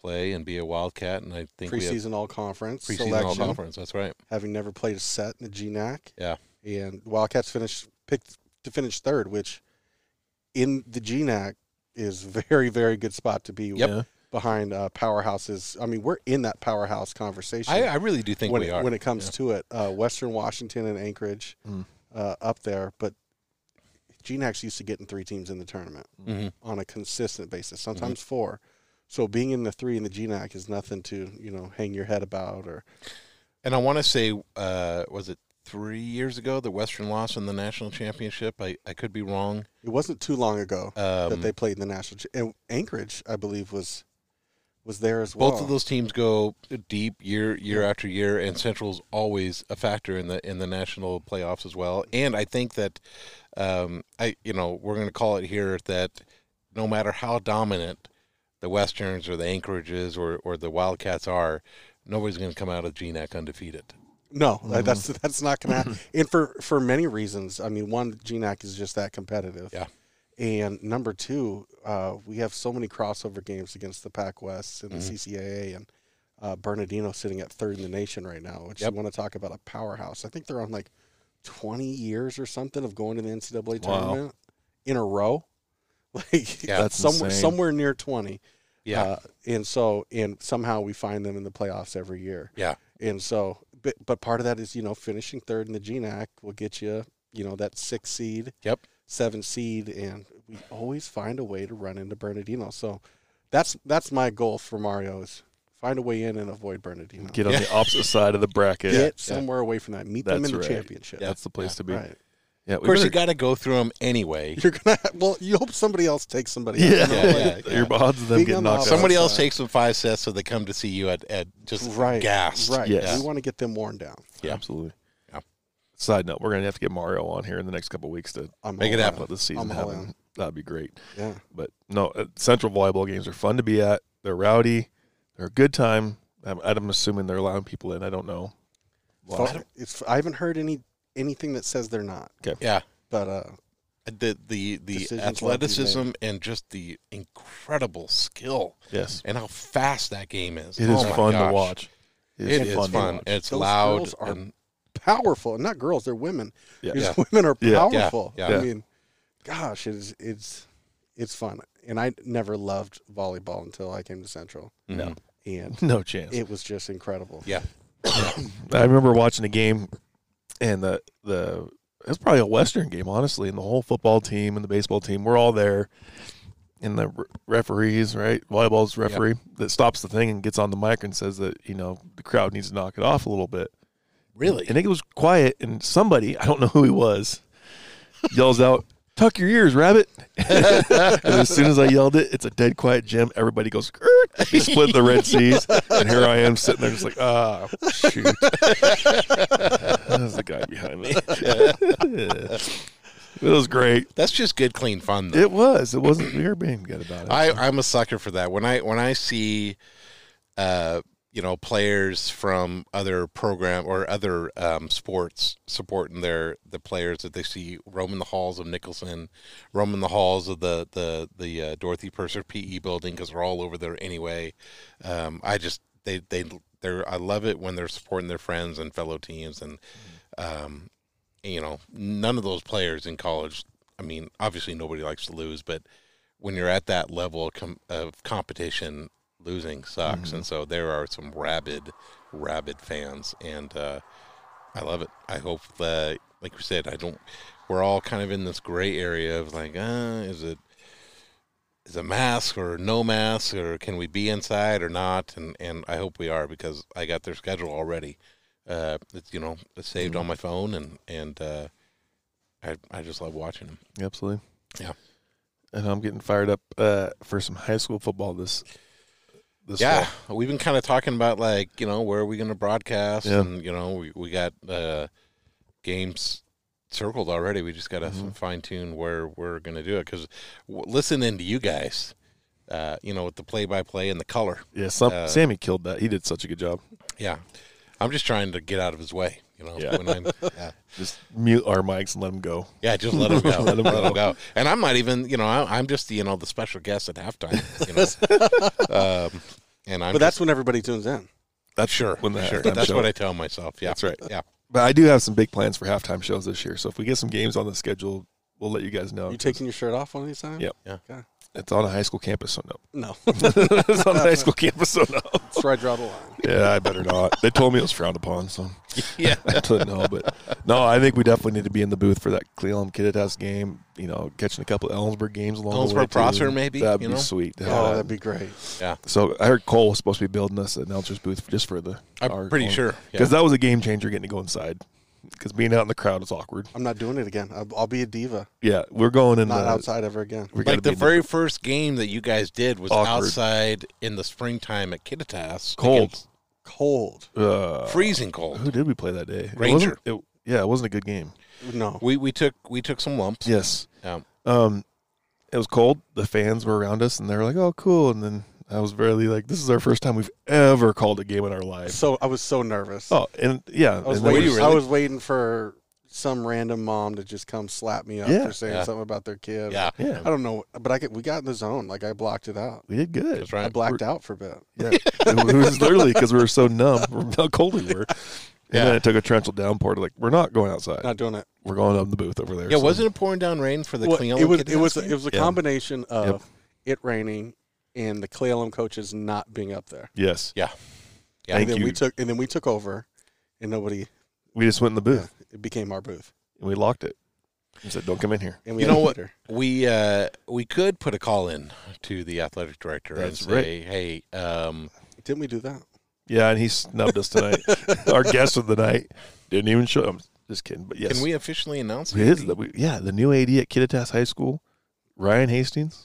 S3: play and be a Wildcat, and I think we have
S4: Preseason all conference
S3: preseason all
S4: selection.
S3: conference. That's right.
S4: having never played a set in the GNAC.
S3: Yeah.
S4: And Wildcats finished picked to finish third, which in the GNAC is very very good spot to be
S3: Yep.
S2: Yeah.
S4: behind uh, powerhouses. I mean, we're in that powerhouse conversation
S3: I, I really do think
S4: when
S3: we
S4: it,
S3: are.
S4: when it comes to it. Uh, Western Washington and Anchorage
S2: Mm.
S4: uh, up there, but GNAC's used to getting three teams in the tournament
S2: Mm-hmm.
S3: Mhm.
S4: on a consistent basis,
S3: Mm-hmm.
S4: sometimes four. So being in the three in the GNAC is nothing to you know hang your head about or
S3: And I want to say, uh, was it three years ago that Western lost in the national championship? I, I could be wrong.
S4: It wasn't too long ago
S3: Um,
S4: that they played in the national. Ch- and Anchorage, I believe, was was there as well.
S3: both of those teams go deep year year after year, and Central's always a factor in the in the national playoffs as well. And I think that um, I you know we're going to call it here that no matter how dominant the Westerns or the Anchorages or, or the Wildcats are, nobody's going to come out of GNAC undefeated.
S4: No,
S3: Mm-hmm.
S4: that- that's that's not going to happen. and for for many reasons, I mean, one, GNAC is just that competitive.
S3: Yeah.
S4: And number two, uh, we have so many crossover games against the Pac West and
S3: Mm-hmm.
S4: the CCAA and uh, Bernardino sitting at third in the nation right now, which
S3: Yep.
S4: you want to talk about a powerhouse. I think they're on like 20 years or something of going to the NCAA
S2: Wow.
S4: tournament in a row. Like
S3: Yeah.
S2: That's
S4: somewhere
S2: insane.
S4: somewhere near 20.
S3: Yeah,
S4: Uh, and so, and somehow we find them in the playoffs every year.
S3: yeah,
S4: And so, but, but part of that is, you know, finishing third in the GNAC will get you, you know, that six seed,
S3: yep.
S4: seven seed, and we always find a way to run into Bernardino. So that's, that's my goal for Mario is Find a way in and avoid Bernardino.
S2: Get on the opposite side of the bracket.
S4: Get somewhere away from that. Meet them
S2: That's
S4: in the
S2: right.
S4: championship.
S2: That's the place to be.
S4: Right.
S2: Yeah,
S3: Of course, you got to go through them anyway.
S4: You're gonna. Well, you hope somebody else takes somebody.
S2: Yeah,
S4: Out.
S3: Yeah, yeah, yeah.
S2: Your odds of them
S4: Being
S2: getting
S4: on
S2: knocked out.
S4: the
S3: Somebody
S4: outside.
S3: else takes them five sets, so they come to see you at, at just
S4: Right.
S3: gassed.
S4: Right.
S2: Yes.
S4: We want to get them worn down.
S3: Yeah.
S2: Absolutely.
S3: Yeah.
S2: Side note: We're gonna have to get Mario on here in the next couple of weeks to
S4: I'm
S3: Make it
S4: all
S3: happen.
S2: let this season
S4: I'm all
S2: happen.
S4: in.
S2: That'd be great.
S4: in. Yeah.
S2: But no, uh, Central volleyball games are fun to be at. They're rowdy. They're a good time. I'm, I'm assuming they're allowing people in. I don't know.
S4: Fo- it's. I haven't heard any anything that says they're not.
S3: Yeah.
S4: But uh,
S3: The the the
S4: Decisions will have to be
S3: athleticism and just the incredible skill
S2: Yes,
S3: and how fast that game is.
S2: it is
S3: Oh my
S2: fun to
S3: gosh.
S2: watch.
S3: It is fun.
S2: to watch.
S3: It's
S4: Those
S3: loud.
S4: girls are
S3: and-
S4: powerful. Not girls. They're women.
S2: Yeah.
S4: Because
S3: Yeah.
S4: women are
S2: Yeah.
S3: Yeah.
S4: powerful.
S3: Yeah.
S2: Yeah.
S4: I mean, gosh, it's it's it's fun. And I never loved volleyball until I came to Central,
S2: No.
S4: and
S2: No chance.
S4: it was just incredible.
S3: Yeah.
S2: I remember watching a game, and the the it was probably a Western game, honestly. And the whole football team and the baseball team, we're all there, and the re- referees, right, volleyball's referee that stops the thing and gets on the mic and says that you know the crowd needs to knock it off a little bit.
S3: Really?
S2: And it was quiet, and somebody I don't know who he was yells out. Tuck your ears, rabbit. and as soon as I yelled it, it's a dead quiet gym. Everybody goes, "Grr." they split the Red Seas. And here I am sitting there just like, ah, shoot. That's the guy behind me. it was great.
S3: That's just good, clean fun, though.
S2: It was. It wasn't. We were being good about it.
S3: I, I'm a sucker for that. When I when I see, uh, you know, players from other program or other um, sports supporting their the players that they see roaming the halls of Nicholson, roaming the halls of the the the uh, Dorothy Purser PE building because they're all over there anyway. Um, I just they they they're I love it when they're supporting their friends and fellow teams and. Um, you know, none of those players in college. I mean, obviously nobody likes to lose, but when you're at that level of, com- of competition, losing sucks. And so there are some rabid, rabid fans, and uh, I love it. I hope that, like we said, I don't. We're all kind of in this gray area of like, uh, is it is a mask or no mask, or can we be inside or not? And and I hope we are because I got their schedule already. Uh, it's you know it's saved on my phone, and and uh, I I just love watching them.
S2: Absolutely.
S3: Yeah.
S2: And I'm getting fired up uh, for some high school football this this
S3: yeah,
S2: fall.
S3: we've been kind of talking about like you know where are we going to broadcast,
S2: Yeah.
S3: and you know we we got uh, games circled already. We just got to
S2: Mm-hmm.
S3: fine tune where we're going to do it because w- listening to you guys, uh, you know with the play by play and the color,
S2: Yeah, some,
S3: Uh,
S2: Sammy killed that. He did such a good job.
S3: yeah, I'm just trying to get out of his way. You know,
S2: Yeah.
S3: when I'm, yeah.
S2: Just mute our mics and let him go.
S3: Yeah, just let him go. let him go. And I'm not even, you know, I, I'm just, you know, the special guest at halftime. You know, um, and I'm.
S4: but that's when everybody tunes in.
S2: That's
S3: sure.
S2: When the
S3: sure.
S2: halftime
S3: That's
S2: show.
S3: what I tell myself. Yeah,
S2: That's right.
S3: Yeah,
S2: But I do have some big plans for halftime shows this year. So if we get some games on the schedule, we'll let you guys know.
S4: You taking your shirt off one of these times?
S2: Yeah.
S4: Okay.
S2: It's on a high school campus, so no.
S4: No,
S2: it's on a high school campus, so no.
S4: that's where I draw the line.
S2: Yeah, I better not. They told me it was frowned upon, so
S3: yeah.
S2: I don't know. But no, I think we definitely need to be in the booth for that Cleveland Kittitas game. You know, catching a couple of Ellensburg games along the way.
S3: Ellensburg Prosser,
S2: too.
S3: maybe,
S2: That'd
S3: you
S2: be
S3: know?
S2: sweet. to have
S4: Oh,
S2: that.
S4: that'd be great.
S2: so I heard Cole was supposed to be building us an announcer's booth just for the.
S3: I'm pretty sure. Yeah.
S2: because that was a game changer getting to go inside. Because being out in the crowd is awkward.
S4: I'm not doing it again. I'll, I'll be a diva.
S2: Yeah, we're going in
S4: Not
S2: the.
S4: outside ever again.
S2: We're gonna
S3: Like the
S2: be in
S3: very first game that you guys did was
S2: Awkward.
S3: outside in the springtime at Kittitas.
S2: Cold.
S3: against-
S4: Cold.
S2: uh,
S3: freezing
S2: Who
S3: cold.
S2: did we play that day?
S3: Ranger.
S2: It wasn't, it, yeah, it wasn't a good game.
S4: No.
S3: We we took we took some lumps.
S2: Yes.
S3: Yeah.
S2: Um, it was cold. The fans were around us, and they were like, "Oh, cool." And then I was barely like, "This is our first time we've ever called a game in our lives."
S4: So I was so nervous.
S2: Oh, and yeah,
S4: I was
S2: and there
S4: waiting.
S3: was-
S4: I was waiting for some random mom to just come slap me up
S2: Yeah.
S4: for saying
S3: Yeah.
S4: something about their kid.
S3: Yeah,
S2: yeah,
S4: I don't know, but I get, we got in the zone. Like I blocked it out.
S2: we did good.
S3: that's right.
S4: I blacked out for a bit.
S2: Yeah, it was literally because we were so numb from how cold we were. And
S3: Yeah.
S2: then it took a torrential downpour to like, we're not going outside.
S4: Not doing it.
S2: We're going up in the booth over there.
S3: yeah,
S2: So-
S3: wasn't it pouring down rain for the
S4: Well,
S3: Cleon
S4: it was it
S3: Kittitas
S4: was
S3: game?
S4: it was a
S2: Yeah.
S4: combination of it raining and the Clallam coaches not being up there.
S2: Yes.
S3: Yeah. Yeah.
S4: And
S2: Thank
S4: then
S2: you.
S4: we took and then we took over, and nobody. uh,
S2: we just went in the booth
S4: It became our booth,
S2: and we locked it. And said, "Don't come in here."
S4: and we
S3: You
S4: had
S3: know
S4: a
S3: what?
S4: heater.
S3: we uh, we could put a call in to the athletic director
S2: That's
S3: and say, "Hey, um,
S4: Didn't we do that?
S2: Yeah, and he snubbed us tonight. Our guest of the night didn't even show. I'm just kidding, but yes,
S3: Can we officially announce
S2: It is the- we- yeah, the new AD at Kittitas High School, Ryan Hastings.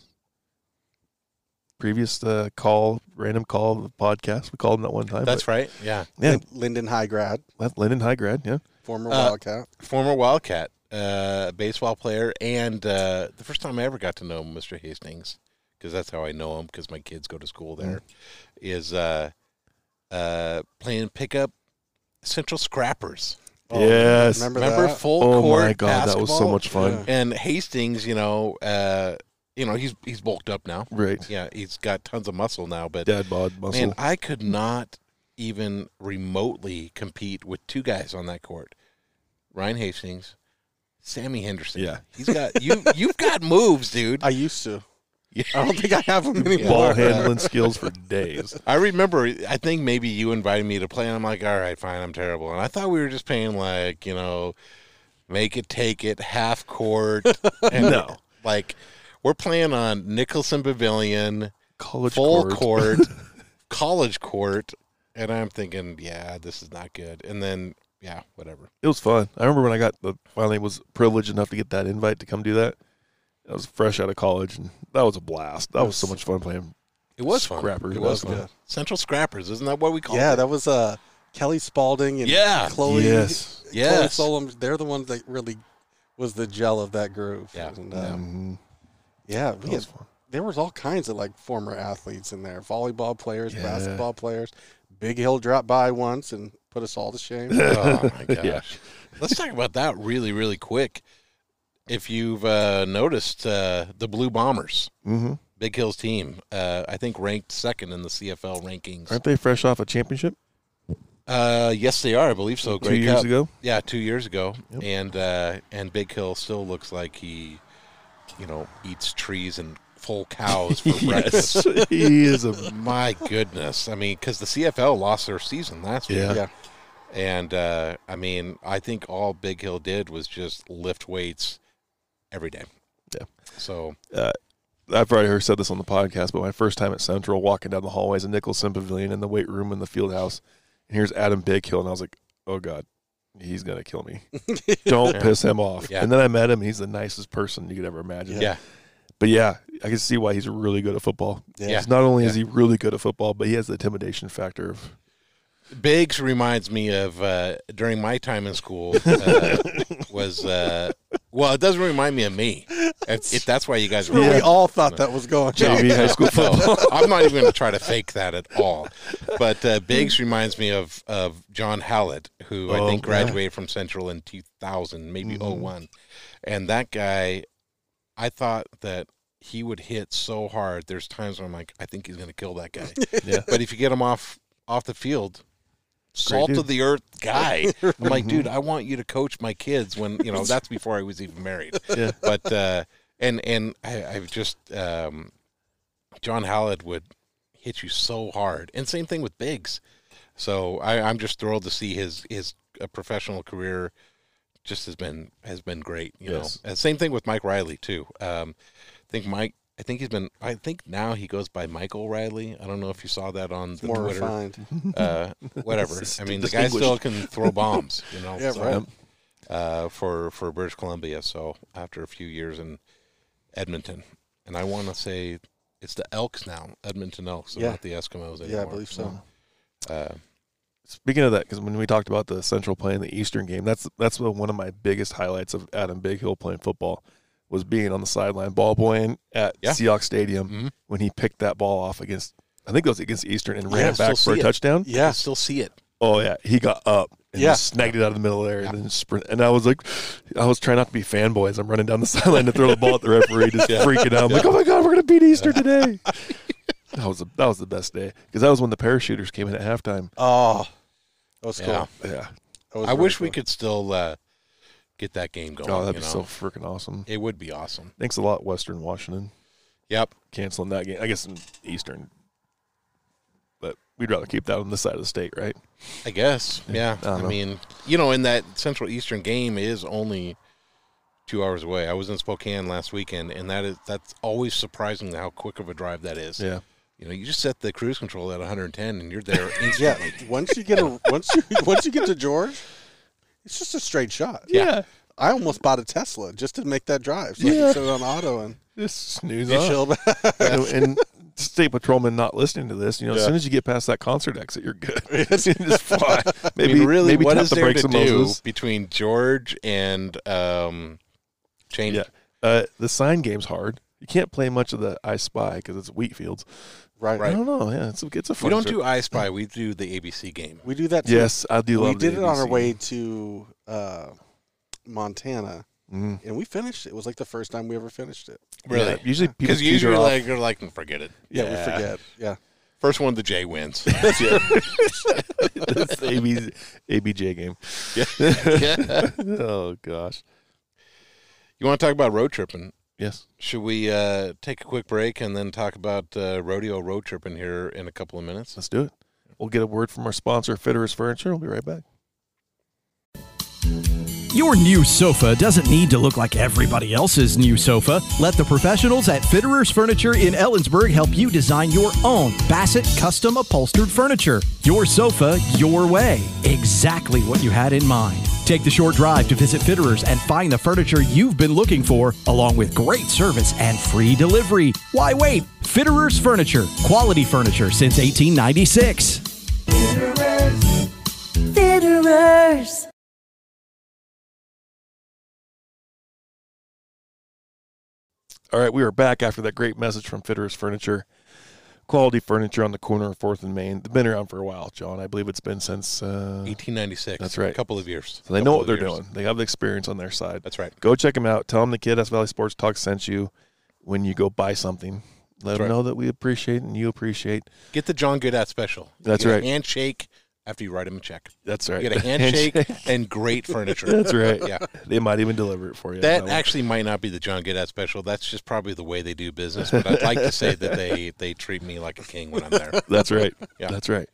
S2: Previous uh, call, random call of the podcast. We called him that one time.
S3: That's right. Yeah.
S2: Yeah.
S4: Lin- Linden High grad,
S2: right. Linden High grad. Yeah,
S4: former
S3: Uh,
S4: Wildcat.
S3: Former Wildcat, uh, baseball player, and uh, the first time I ever got to know Mr. Hastings, because that's how I know him, because my kids go to school there,
S4: Mm-hmm.
S3: is uh, uh, playing pickup Central Scrappers.
S2: Yes.
S4: Oh, Remember,
S3: Remember
S4: that?
S3: full
S2: Oh
S3: court
S2: my god, that was so
S3: basketball?
S2: much fun.
S4: Yeah.
S3: And Hastings, you know, uh, you know, he's he's bulked up now.
S2: Right,
S3: Yeah, he's got tons of muscle now, but
S2: dad bod muscle.
S3: Man, I could not even remotely compete with two guys on that court. Ryan Hastings, Sammy Henderson.
S2: Yeah.
S3: He's got you you've got moves, dude.
S4: I used to.
S3: Yeah.
S4: I don't think I have them anymore.
S2: Ball handling skills for days.
S3: I remember I think maybe you invited me to play and I'm like, "All right, fine, I'm terrible." And I thought we were just paying like, you know, make it take it half court and
S2: No.
S3: like we're playing on Nicholson Pavilion,
S2: College
S3: full
S2: court.
S3: court, college court, and I'm thinking, yeah, this is not good. And then, yeah, whatever.
S2: It was fun. I remember when I got the finally was privileged enough to get that invite to come do that. I was fresh out of college, and that was a blast. That was so much fun playing.
S3: It was fun.
S2: Scrappers,
S3: It was
S2: wasn't
S3: fun. Central Scrappers, isn't that what we call
S4: yeah,
S3: it?
S4: that was uh, Kelly Spalding and
S3: Yeah.
S4: Chloe.
S2: Yes.
S3: Yes.
S4: Chloe Solom. They're the ones that really was the gel of that groove.
S3: Yeah.
S4: And, um,
S2: Mhm.
S4: yeah. we
S2: That
S4: had-
S2: was fun.
S4: there was all kinds of like former athletes in there, volleyball players,
S2: Yeah.
S4: basketball players. Big Hill dropped by once and put us all to shame.
S3: oh my gosh.
S2: Yeah.
S3: Let's talk about that really, really quick. If you've uh, noticed, uh, the Blue Bombers,
S2: Mm-hmm.
S3: Big Hill's team, uh, I think ranked second in the CFL rankings.
S2: Aren't they fresh off a championship
S3: Uh, yes, they are. I believe so.
S2: two
S3: Grey
S2: years
S3: Cup.
S2: ago?
S3: Yeah, two years ago,
S2: Yep.
S3: and uh, and Big Hill still looks like he, you know, eats trees and full cows for breakfast.
S2: he is a
S3: My goodness, I mean, because the CFL lost their season last
S2: Yeah.
S3: year,
S4: yeah.
S3: and uh, I mean, I think all Big Hill did was just lift weights every day.
S2: Yeah.
S3: So
S2: I've already heard said this on the podcast, but my first time at Central, walking down the hallways of Nicholson Pavilion in the weight room in the field house, and here's Adam Big Hill, and I was like, oh God, he's gonna kill me. Don't
S3: Yeah.
S2: piss him off.
S3: Yeah.
S2: And then I met him; and he's the nicest person you could ever imagine.
S3: yeah,
S2: But yeah, I can see why he's really good at football.
S4: Yeah.
S3: Yeah.
S2: It's Not only is he really good at football, but he has the intimidation factor of
S3: Biggs reminds me of uh, during my time in school uh, was uh, well, it doesn't remind me of me. If, if that's why you guys were
S4: We all thought that was going
S3: No.
S2: JV high school
S3: No,
S2: football.
S3: I'm not even going to try to fake that at all. But uh, Biggs reminds me of of John Hallett, who I
S2: Oh,
S3: think
S2: yeah.
S3: graduated from Central in 2000, maybe
S2: Mhm.
S3: 01. And that guy, I thought that he would hit so hard. There's times where I'm like, I think he's going to kill that guy.
S2: Yeah.
S3: But if you get him off off the field. Salt
S2: dude. Mm-hmm.
S3: of the earth guy. I'm like, dude, I want you to coach my kids when you know that's before I was even married
S2: Yeah.
S3: but uh, and and I, I've just um, John Hallett would hit you so hard, and same thing with Biggs. So I, I'm just thrilled to see his his uh, professional career just has been has been great. You
S2: Yes.
S3: know, and same thing with Mike Riley too. Um, I think Mike. I think he's been. I think now he goes by Michael Riley. I don't know if you saw that on the
S4: more
S3: Twitter.
S4: refined.
S3: Uh, whatever.
S2: It's
S3: I mean, the guy
S2: distinguished.
S3: still can throw bombs. You know.
S4: Yeah,
S3: so
S4: right.
S3: uh, for for British Columbia. So after a few years in Edmonton, and I want to say it's the Elks now, Edmonton Elks, they're
S4: Yeah.
S3: not the Eskimos anymore.
S4: Yeah, I believe so.
S3: Uh,
S2: Speaking of that, because when we talked about the Central playing the Eastern game, that's that's the- one of my biggest highlights of Adam Big Hill playing football was being on the sideline ball boying at
S3: Yeah.
S2: Seahawks Stadium
S3: Mhm.
S2: when he picked that ball off against I think it was against Eastern and ran
S3: Yeah,
S2: it back
S3: still
S2: for a
S3: see it.
S2: touchdown.
S3: I
S4: Yeah.
S3: still see it.
S2: Oh yeah, he got up and
S4: Yeah.
S2: just snagged it out of the middle of there and then sprint. And I was like, I was trying not to be fanboy as I'm running down the sideline to throw the ball at the referee, just freaking out. I'm like, oh my god, we're gonna beat Eastern today. that was the, that was the best day because that was when the parachuters came in at halftime.
S4: Oh, that was cool.
S3: Yeah.
S2: Yeah,
S4: That was
S3: I
S4: really
S3: wish we
S4: cool.
S3: could still uh, get that game going.
S2: oh that'd
S3: you
S2: be so
S3: know?
S2: freaking awesome.
S3: It would be awesome.
S2: Thanks a lot, Western Washington,
S3: Yep.
S2: canceling that game. I guess in Eastern, but we'd rather keep that on this side of the state, right?
S3: I guess. Yeah.
S2: I
S3: I,
S2: don't know.
S3: mean, you know, in that Central Eastern game is only two hours away. I was in Spokane last weekend, and that is that's always surprising how quick of a drive that is.
S2: Yeah,
S3: You know, you just set the cruise control at 110 and you're there
S4: Yeah,
S3: instantly.
S4: once you get a once you once you get to George, it's just a straight shot.
S2: Yeah.
S4: I almost bought a Tesla just to make that drive. So I
S2: Yeah.
S4: could set it on auto and
S2: Just snooze
S4: and
S2: off.
S4: chill. back.
S2: and, and state patrolman not listening to this, you know, as
S3: Yeah.
S2: soon as you get past that concert exit, you're good. You just fly.
S3: I
S2: Maybe
S3: mean, really,
S2: maybe
S3: what
S2: tap
S3: is
S2: the
S3: there
S2: brakes
S3: to
S2: of
S3: do
S2: Moses.
S3: between George and um, change?
S2: Yeah, uh, the sign game's hard. You can't play much of the I Spy because it's wheat fields.
S4: right,
S2: I
S4: right.
S2: don't know. Yeah, it's a, it's a
S3: we
S2: fun.
S3: don't
S2: trip.
S3: do I Spy. We do the ABC game.
S4: We do that. Too.
S2: Yes, I do.
S4: we
S2: love the
S4: did it on our
S2: ABC.
S4: way to uh, Montana,
S2: Mm.
S4: and we finished it. It was like the first time we ever finished it.
S2: Yeah, usually people
S3: Because
S2: cues are
S3: usually,
S2: off.
S3: like you're like, "Mm, forget it.
S4: Yeah, we forget. Yeah,
S3: First one, the J wins.
S2: It's AB, ABJ game.
S3: Yeah.
S2: Oh gosh.
S3: You want to talk about road tripping?
S2: Yes.
S3: Should we uh, take a quick break and then talk about uh, rodeo road tripping here in a couple of minutes?
S2: Let's do it. We'll get a word from our sponsor, Fitterers Furniture. We'll be right back.
S5: Your new sofa doesn't need to look like everybody else's new sofa. Let the professionals at Fitterers Furniture in Ellensburg help you design your own Bassett custom upholstered furniture. Your sofa, your way. Exactly what you had in mind. Take the short drive to visit Fitterers and find the furniture you've been looking for, along with great service and free delivery. Why wait? Fitterers Furniture, quality furniture since 1896.
S6: Fitterers.
S2: All right, we are back after that great message from Fitterers Furniture. Quality furniture on the corner of 4th and Main. They've been around for a while, John. I believe it's been since. Uh,
S3: 1896.
S2: That's right.
S3: A couple of years.
S2: so they know
S3: Couple
S2: what
S3: of
S2: they're
S3: years.
S2: doing. They have the experience on their side.
S3: That's right.
S2: Go check them out. Tell them the Kid S Valley Sports Talk sent you when you go buy something. Let them
S3: right.
S2: know that we appreciate and you appreciate.
S3: Get the John Goodat special. You
S2: That's
S3: get a
S2: right.
S3: handshake after you write him a check.
S2: That's right.
S3: You get a handshake, and great furniture.
S2: That's right.
S3: Yeah.
S2: They might even deliver it for you.
S3: That
S2: one.
S3: actually might not be the John Goodat special. That's just probably the way they do business. But I'd like to say that they, they treat me like a king when I'm there.
S2: That's right.
S3: Yeah.
S2: That's right.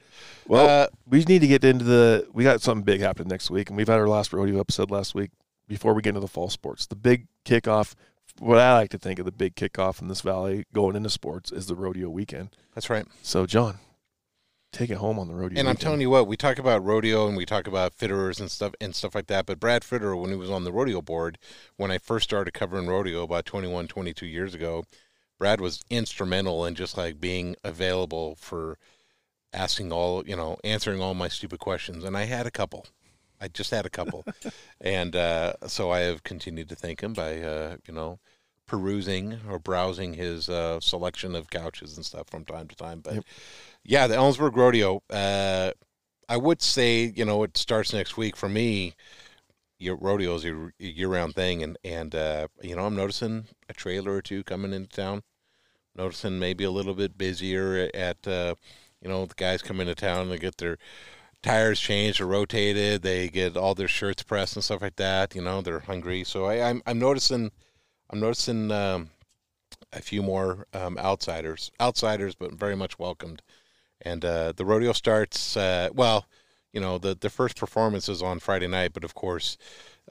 S2: Well,
S3: Uh,
S2: we need to get into the. We got something big happening next week, and we've had our last rodeo episode last week. Before we get into the fall sports, the big kickoff, what I like to think of the big kickoff in this valley going into sports is the rodeo weekend.
S3: That's right.
S2: So, John, take it home on the rodeo.
S3: And I'm telling you what, we talk about rodeo and we talk about fitterers and stuff and stuff like that. But Brad Fitter, when he was on the rodeo board, when I first started covering rodeo about 21, 22 years ago, Brad was instrumental in just like being available for asking all, you know, answering all my stupid questions. And I had a couple. I just had a couple. and uh, so I have continued to thank him by, uh, you know, perusing or browsing his uh, selection of couches and stuff from time to time. But yeah, the Ellensburg Rodeo. Uh, I would say you know it starts next week for me. Your rodeo is a year-round thing, and and uh, you know I'm noticing a trailer or two coming into town. Noticing maybe a little bit busier at uh, you know the guys come into town. They get their tires changed or rotated. They get all their shirts pressed and stuff like that. You know they're hungry, so I, I'm I'm noticing I'm noticing um, a few more um, outsiders, outsiders, but very much welcomed. And uh, the rodeo starts. Uh, well, you know, the the first performance is on Friday night, but of course,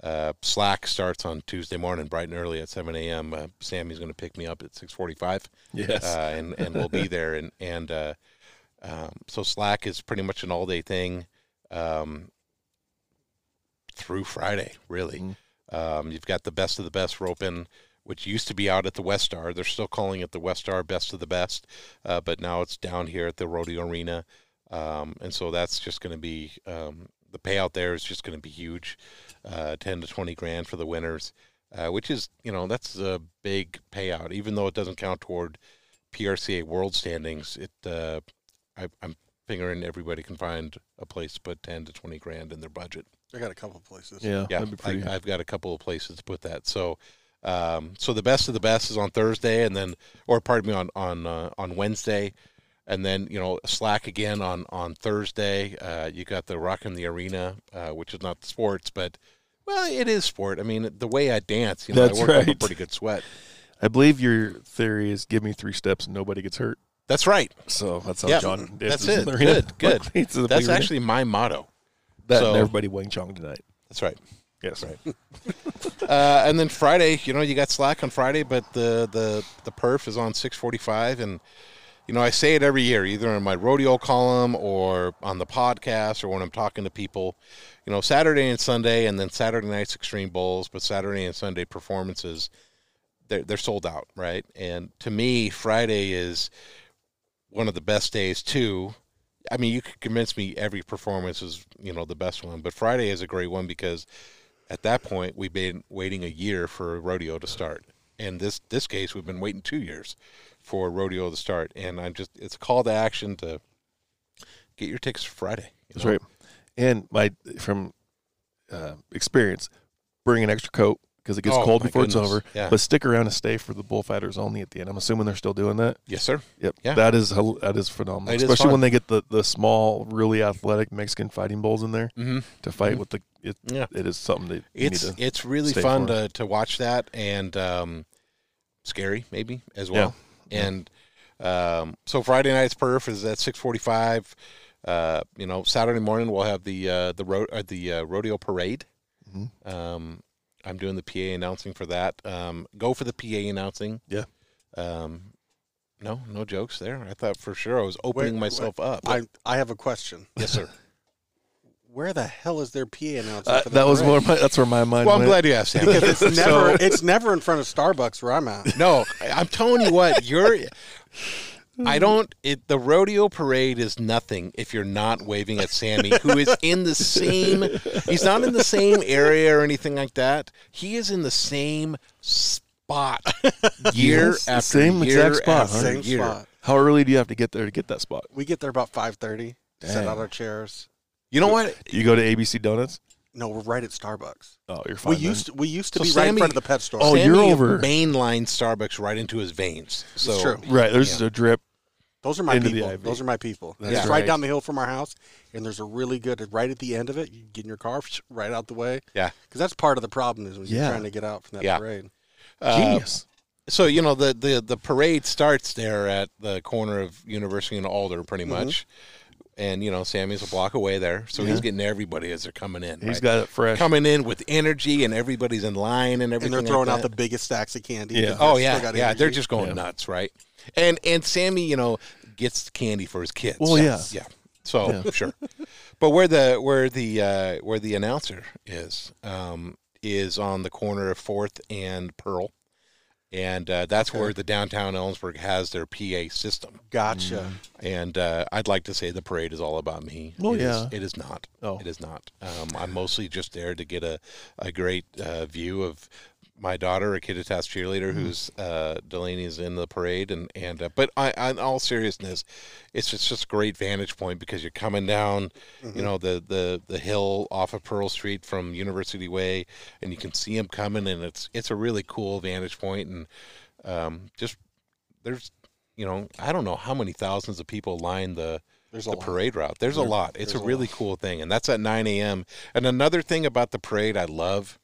S3: uh, Slack starts on Tuesday morning, bright and early at seven a.m. Uh, Sammy's going to pick me up at six forty-five.
S2: Yes.
S3: uh, and and we'll be there. And and uh, um, so Slack is pretty much an all-day thing um, through Friday, really. Um, you've got the best of the best roping, which used to be out at the West Star. They're still calling it the West Star Best of the Best, uh, but now it's down here at the Rodeo Arena. Um, and so that's just going to be um, the payout there is just going to be huge uh, 10 to 20 grand for the winners, uh, which is, you know, that's a big payout, even though it doesn't count toward PRCA world standings. It, uh, I, I'm figuring everybody can find a place to put 10 to 20 grand in their budget
S4: I got a couple places.
S2: yeah,
S3: yeah,
S2: that'd be pretty-
S3: I, I've got a couple of places to put that. So, um, so the best of the best is on Thursday, and then, or pardon me, on on uh, on Wednesday, and then you know Slack again on on Thursday. Uh, you got the Rock in the Arena, uh, which is not sports, but well, it is sport. I mean, the way I dance, you know,
S2: That's
S3: I work up a
S2: right.
S3: pretty good sweat.
S2: I believe your theory is give me three steps and nobody gets hurt.
S3: That's right.
S2: So that's how
S3: Yeah,
S2: Oh, John.
S3: that's
S2: dances
S3: it.
S2: in the arena.
S3: Good, good.
S2: It's in the
S3: That's
S2: big arena.
S3: actually my motto.
S2: that. and
S3: so-
S2: everybody Wing Chong tonight.
S3: That's right.
S2: Yes. Right.
S3: uh, and then Friday, you know, you got slack on Friday, but the the the perf is on six forty five, and you know, I say it every year, either in my rodeo column or on the podcast or when I'm talking to people. You know, Saturday and Sunday, and then Saturday night's Extreme Bowls, but Saturday and Sunday performances, they're, they're sold out, right? And to me, Friday is one of the best days, too. I mean, you could convince me every performance is, you know, the best one, but Friday is a great one because at that point we've been waiting a year for a rodeo to start in this this case we've been waiting two years for a rodeo to start and i'm just it's a call to action to get your tickets for friday you
S2: That's
S3: know?
S2: right. And my from uh, experience, bring an extra coat because it gets
S3: Oh,
S2: cold
S3: my
S2: before it's
S3: goodness.
S2: over.
S3: Yeah.
S2: But stick around and stay for the bullfighters only at the end. I'm assuming they're still doing that.
S3: yes sir
S2: Yep.
S3: Yeah.
S2: That is hel- that is phenomenal,
S3: It is
S2: especially
S3: fun.
S2: when they get the, the small, really athletic Mexican fighting bulls in there
S3: mm-hmm.
S2: to fight with the. It,
S3: Yeah.
S2: it is something that you
S3: it's
S2: need to.
S3: it's really
S2: stay
S3: fun
S2: for
S3: to, to watch that and um scary maybe as
S2: Yeah.
S3: well and um so friday night's perf is at 645 uh you know saturday morning we'll have the uh the road uh, the uh, rodeo parade
S2: Mhm.
S3: um i'm doing the pa announcing for that um go for the pa announcing
S2: Yeah.
S3: um no no jokes there i thought for sure i was opening
S4: Wait,
S3: myself up
S4: I I have a question.
S3: yes sir
S4: Where the hell is their PA announcement?
S2: Uh,
S4: for the
S2: that was
S4: parade?
S2: more. My, that's where my mind.
S3: well i'm
S2: went.
S3: glad you asked that
S4: It's never it's never in front of Starbucks where I'm at.
S3: No, I- I'm telling you what, you're. I don't. It, the rodeo parade is nothing if you're not waving at Sammy, who is in the same. He's not in the same area or anything like that. He is in the same spot year
S2: Yes, the
S3: after
S2: same
S3: year
S2: exact spot,
S3: after
S2: huh?
S4: Same
S3: year.
S4: spot.
S2: How early do you have to get there to get that spot?
S4: We get there about five thirty. Set
S2: Dang.
S4: out our chairs.
S3: You know what?
S2: You go to ABC Donuts.
S4: No, we're right at Starbucks.
S2: Oh, you're fine.
S4: We
S2: then.
S4: used to, we used to
S3: So
S4: be right in
S3: Sammy-
S4: front of the pet store.
S2: Oh,
S3: Sammy
S2: you're over.
S3: mainline Starbucks right into his veins. So
S4: true.
S2: right. There's
S3: Yeah.
S2: just a drip.
S4: Those are my
S2: Into the
S4: people.
S2: IV.
S4: Those are my people.
S2: That's
S4: it's
S2: right.
S4: right down the hill from our house, and there's a really good right at the end of it. You get in your car, right out the way.
S3: Yeah.
S4: because that's part of the problem is when
S2: Yeah.
S4: you're trying to get out from that
S3: Yeah.
S4: parade.
S3: Uh,
S2: Genius.
S3: so you know the, the the parade starts there at the corner of University and Alder, pretty
S4: Mm-hmm.
S3: much, and you know Sammy's a block away there, so he's getting everybody as they're coming in.
S2: He's
S3: right?
S2: got it fresh.
S3: coming in with energy, and everybody's in line, and
S4: And
S3: everything.
S4: they're throwing
S3: like
S4: out
S3: that.
S4: the biggest stacks of candy.
S2: Yeah.
S4: 'cause
S3: Oh
S4: they're
S3: yeah,
S4: still got
S3: yeah. They're
S4: energy.
S3: just going
S2: Yeah.
S3: nuts, right? And and Sammy, you know, gets candy for his kids.
S2: Well, yeah.
S3: yeah. So sure, but where the where the uh, where the announcer is um, is on the corner of Fourth and Pearl, and uh, that's where the downtown Ellensburg has their PA system.
S4: gotcha.
S2: Mm-hmm.
S3: And uh, I'd like to say the parade is all about me.
S2: Well,
S3: It is-
S2: yeah.
S3: it is not.
S2: Oh.
S3: It is not. Um, I'm mostly just there to get a, a great uh, view of my daughter, a Kittitas cheerleader,
S2: Mm-hmm.
S3: who's uh, Delaney's in the parade, and and uh, but I, I- in all seriousness, it's just, just a great vantage point because you're coming down,
S2: Mm-hmm.
S3: you know, the the the hill off of Pearl Street from University Way, and you can see them coming, and it's it's a really cool vantage point, and um, just there's. You know, I don't know how many thousands of people line the
S4: There's a
S3: the
S4: lot.
S3: parade route. There's a lot. It's
S4: there's
S3: a
S4: a
S3: really cool thing, and that's at 9 a.m. And another thing about the parade I love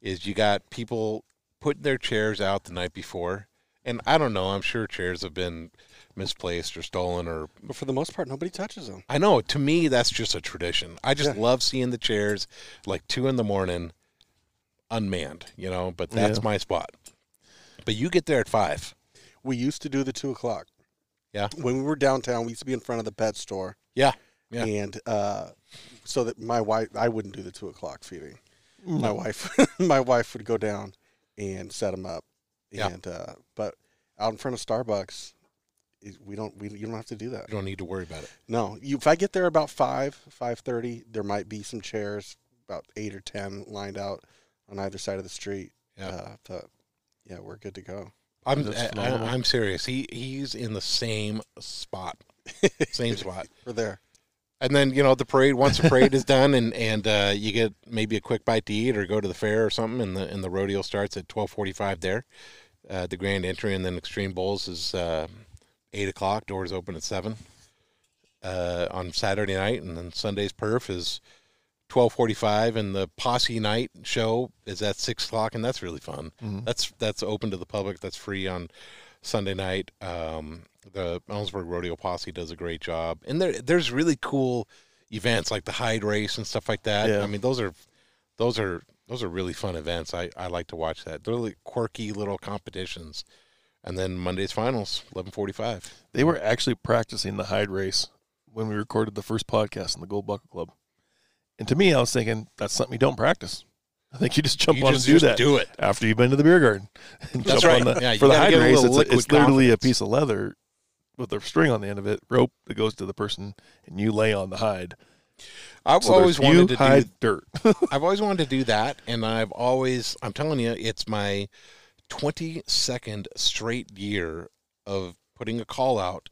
S3: is you got people putting their chairs out the night before, and I don't know. I'm sure chairs have been misplaced or stolen or
S4: But for the most part, nobody touches them.
S3: I know. To me, that's just a tradition. I just love seeing the chairs like two in the morning, unmanned. You know, but that's
S2: Yeah.
S3: my spot. But you get there at five.
S4: We used to do the two o'clock.
S3: Yeah.
S4: When we were downtown, we used to be in front of the pet store,
S3: Yeah. Yeah.
S4: and uh, so that my wife, I wouldn't do the two o'clock feeding.
S3: Mm.
S4: My wife, my wife would go down and set them up.
S3: Yeah.
S4: And uh, but out in front of Starbucks, it- we don't. We you don't have to do that.
S3: You don't need to worry about it.
S4: No, you, if I get there about five, five thirty, there might be some chairs, about eight or ten lined out on either side of the street.
S3: Yeah.
S4: Uh, but yeah, we're good to go.
S3: I'm
S2: That's
S3: I,
S2: phenomenal.
S3: I, I'm serious. He he's in the same spot, same spot.
S4: We're there.
S3: And then you know the parade. Once the parade is done, and and uh, you get maybe a quick bite to eat or go to the fair or something, and the and the rodeo starts at twelve forty five there, uh, the grand entry, and then Extreme Bowls is uh, eight o'clock. Doors open at seven uh, on Saturday night, and then Sunday's perf is twelve forty five, and the posse night show is at six o'clock, and that's really fun. That's that's open to the public. That's free on Sunday night. Um, the Ellensburg Rodeo Posse does a great job, and there there's really cool events like the hide race and stuff like that.
S2: Yeah.
S3: I mean, those are those are those are really fun events. I, I like to watch that. They're really quirky little competitions and then Monday's finals, eleven forty-five.
S2: They were actually practicing the Hyde race when we recorded the first podcast in the Gold Bucket Club. And to me, I was thinking that's something you don't practice. I think you just jump
S3: You
S2: on
S3: just-
S2: and do
S3: just
S2: that.
S3: do it.
S2: after you've been to the beer garden. And
S3: That's
S2: jump on
S3: right.
S2: the-
S3: Yeah, you
S2: for the
S3: gotta
S2: Hyde
S3: get a
S2: race,
S3: little
S2: it's, it's
S3: liquid
S2: literally a
S3: confidence.
S2: piece of leather with a string on the end of it, rope that goes to the person, and you lay on the hide.
S3: I've
S2: So
S3: always
S2: there's you,
S3: wanted to
S2: hide
S3: do.
S2: dirt.
S3: I've always wanted to do that, and I've always. I'm telling you, it's my twenty-second straight year of putting a call out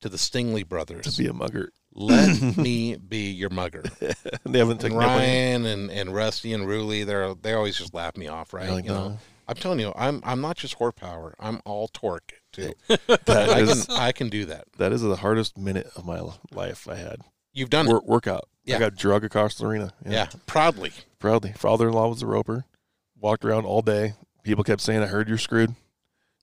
S3: to the Stingley brothers.
S2: to be a mugger.
S3: Let me be your mugger.
S2: And they haven't taken right.
S3: Ryan and, and Rusty and Ruli, they're they always just laugh me off, right?
S2: They're like,
S3: you know,
S2: "No."
S3: I'm telling you, I'm I'm not just horsepower. I'm all torque too.
S2: That
S3: I can
S2: is
S3: I can do that.
S2: that is the hardest minute of my life I had.
S3: You've done
S2: Work, workout.
S3: Yeah.
S2: I got drug across the arena.
S3: it. Yeah, proudly.
S2: proudly. Father in law was a roper. Walked around all day. People kept saying, "I heard you're screwed.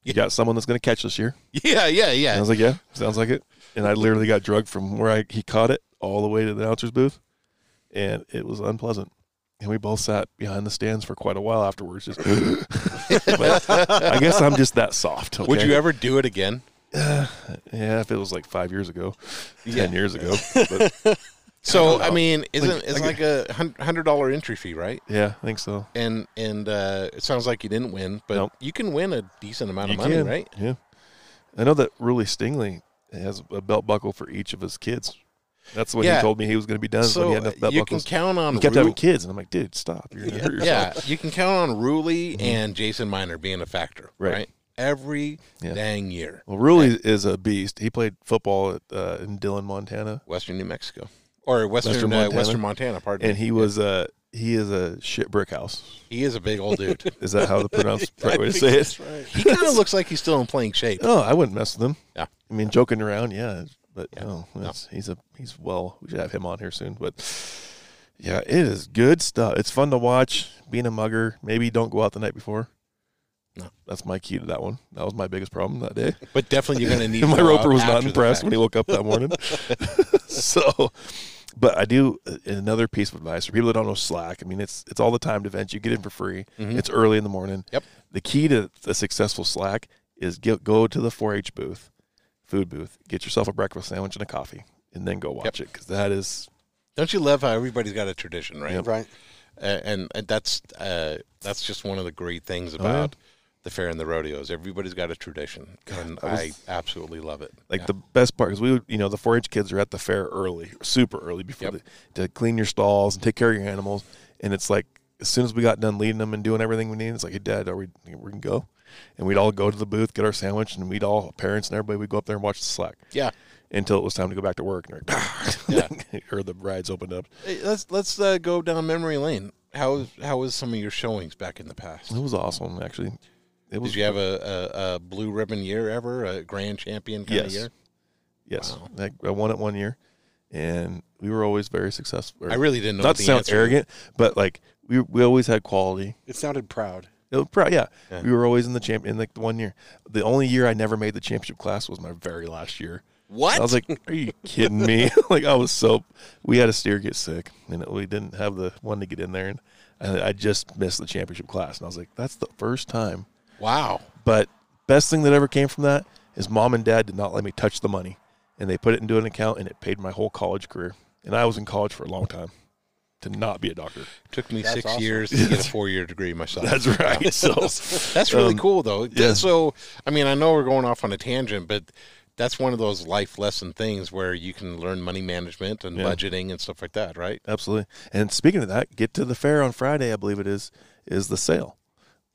S2: You got someone that's going to catch this year."
S3: Yeah, yeah,
S2: And I
S3: yeah.
S2: was like, "Yeah, sounds like it." And I literally got drugged from where I he caught it all the way to the announcer's booth, and it was unpleasant. And we both sat behind the stands for quite a while afterwards. Just, but I guess I'm just that soft.
S3: Would
S2: okay?
S3: you ever do it again?
S2: Yeah, if it was like five years ago, ten years ago. But
S3: So
S2: don't know.
S3: I mean, isn't
S2: Like-
S3: it's
S2: like-
S3: like a hun- hundred dollar entry fee, right?
S2: yeah, I think so.
S3: And and uh, it sounds like you didn't win, but
S2: Nope.
S3: you can win a decent amount of
S2: You
S3: money,
S2: can,
S3: right?
S2: Yeah. I know that Ruli Stingley has a belt buckle for each of his kids. That's when
S3: Yeah.
S2: he told me he was going to be done. is when
S3: So
S2: he had enough
S3: uh,
S2: belt
S3: you can
S2: buckles.
S3: count on
S2: he kept
S3: Ru-
S2: having kids, and I'm like, dude, stop. You're going to hurt yourself. Mm-hmm.
S3: Yeah, you can count on Ruli and Jason Miner being a factor, right?
S2: Right.
S3: Every
S2: Yeah.
S3: dang year,
S2: Well, Ruli is a beast. He played football at, uh, in Dillon, Montana,
S3: Western New Mexico or Western
S2: Western
S3: uh,
S2: Montana.
S3: Western Montana. Pardon
S2: and
S3: me.
S2: he was uh, he is a shit brick house.
S3: He is a big old dude.
S2: Is that how the pronounced right way to say it?
S3: he kind of looks like he's still in playing shape.
S2: Oh, I wouldn't mess with him.
S3: Yeah.
S2: I mean, joking around, yeah. But no, that's, he's a he's well. We should have him on here soon. But yeah, it is good stuff. It's fun to watch. Being a mugger, maybe don't go out the night before.
S3: No.
S2: that's my key to that one. That was my biggest problem that day.
S3: But definitely, you're going to need.
S2: my
S3: to go
S2: roper
S3: out
S2: was not
S3: after the
S2: impressed
S3: fact.
S2: when he woke up that morning. so, but I do uh, another piece of advice for people that don't know Slack. I mean, it's it's all the timed events. You get in for free. It's early in the morning.
S3: Mm-hmm. Yep.
S2: The key to a successful Slack is get, go to the 4-H booth, food booth, get yourself a breakfast sandwich and a coffee, and then go watch it because that is
S3: Don't you love how everybody's got a tradition, right?
S4: Right.
S3: Uh, and, and that's uh, that's just one of the great
S2: Oh,
S3: things about the fair and the rodeos. Everybody's got a tradition, and I absolutely love it.
S2: like the best part because we would you know the 4-H kids are at the fair early, super early before
S3: Yep.
S2: the, to clean your stalls and take care of your animals, and it's like as soon as we got done leading them and doing everything we needed, it's like, hey, Dad, are we we can go? And we'd all go to the booth, get our sandwich, and we'd all parents and everybody would go up there and watch the slack.
S3: Yeah.
S2: Until it was time to go back to work, and
S3: Yeah.
S2: yeah. or the rides opened up.
S3: Hey, let's let's uh, go down memory lane. How how was some of your showings back in the past?
S2: It was awesome, actually. It was
S3: Did you have a, a, a blue ribbon year ever, a grand champion kind of
S2: Yes.
S3: year?
S2: yes. I, I won it one year, and we were always very successful.
S3: I really didn't know what
S2: not to
S3: the
S2: sound
S3: answer-
S2: arrogant, but like we we always had quality.
S4: It sounded proud.
S2: It was pro- yeah. we were always in the champ in like the one year. The only year I never made the championship class was my very last year.
S3: What?
S2: I was like, "Are you kidding me?" like I was so. We had a steer get sick, and we didn't have the one to get in there, and I, I just missed the championship class. And I was like, "That's the first time."
S3: wow.
S2: But best thing that ever came from that is mom and dad did not let me touch the money, and they put it into an account, and it paid my whole college career. And I was in college for a long time to not be a doctor.
S3: Took me six years to get a four year degree myself.
S2: That's right. So um,
S3: That's really cool, though.
S2: yeah.
S3: So, I mean, I know we're going off on a tangent, but that's one of those life lesson things where you can learn money management and
S2: Yeah.
S3: budgeting and stuff like that, right?
S2: Absolutely. And speaking of that, get to the fair on Friday, I believe it is, is the sale.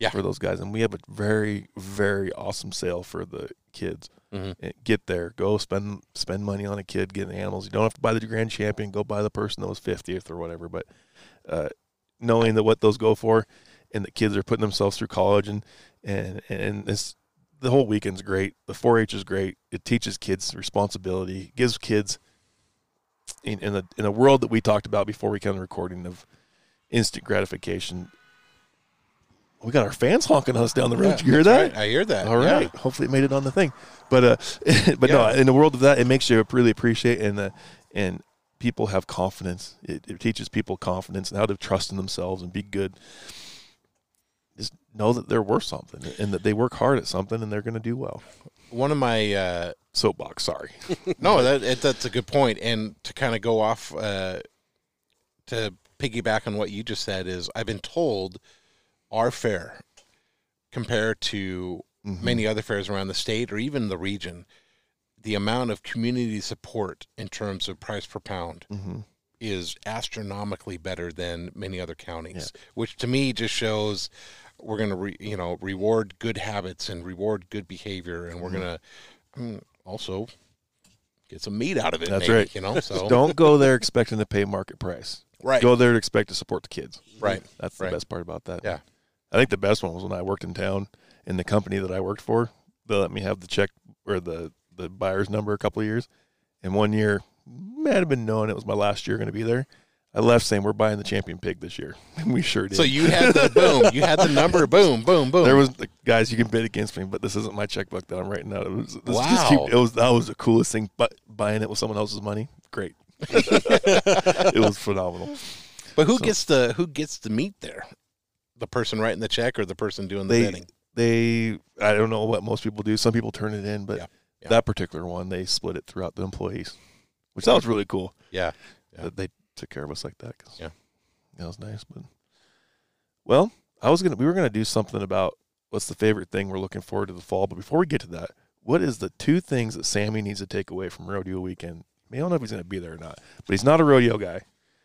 S3: Yeah.
S2: For those guys. And we have a very, very awesome sale for the kids. Eh, Get there. Go spend spend money on a kid getting animals. You don't have to buy the grand champion. Go buy the person that was 50th or whatever. But uh, knowing that what those go for and that kids are putting themselves through college and, and, and this, the whole weekend's great. The 4-H is great. It teaches kids responsibility, gives kids in, in the in the world that we talked about before we came to recording of instant gratification. We got our fans honking us down the road. Did you hear that?
S3: Right? I hear that.
S2: All right.
S3: Yeah.
S2: Hopefully, it made it on the thing. But uh, but no,
S3: Yeah.
S2: in the world of that, it makes you really appreciate and uh, and people have confidence. It, it teaches people confidence and how to trust in themselves and be good. just know that they're worth something and that they work hard at something and they're going to do well.
S3: One of my uh,
S2: Soapbox, sorry.
S3: no, that it, that's a good point. And to kind of go off uh, to piggyback on what you just said is, I've been told our fair compared to
S2: Mm-hmm.
S3: many other fairs around the state or even the region, the amount of community support in terms of price per pound
S2: Mm-hmm.
S3: is astronomically better than many other counties, which to me just shows we're going to re, you know reward good habits and reward good behavior, and we're going to also get some meat out of it.
S2: Mm-hmm. That's
S3: maybe,
S2: right.
S3: You know, so
S2: Don't go there expecting to pay market price.
S3: Right.
S2: Go there to expect to support the kids.
S3: Right.
S2: That's the
S3: Right.
S2: best part about that.
S3: Yeah.
S2: I think the best one was when I worked in town and the company that I worked for, they let me have the check or the, the buyer's number a couple of years. And one year, might have been knowing it was my last year going to be there. I left saying we're buying the champion pig this year. And we sure did.
S3: So you had the boom. You had the number. Boom. Boom. Boom.
S2: There was like, guys you can bid against me, but this isn't my checkbook that I'm writing out. It was, this is just
S3: Wow.
S2: keep- it was that was the coolest thing. But buying it with someone else's money, great. it was phenomenal.
S3: but who gets the who gets the meat there? The person writing the check or the person doing the
S2: They
S3: bidding?
S2: they I don't know what most people do. Some people turn it in, but
S3: Yeah. Yeah.
S2: that particular one they split it throughout the employees, which that was really cool
S3: Yeah. Yeah.
S2: that they took care of us like that. 'cause
S3: Yeah.
S2: that was nice. But well, I was gonna we were gonna do something about what's the favorite thing we're looking forward to the fall. But before we get to that, what is the two things that Sammy needs to take away from rodeo weekend? I, mean, I don't know if he's gonna be there or not, but he's not a rodeo guy.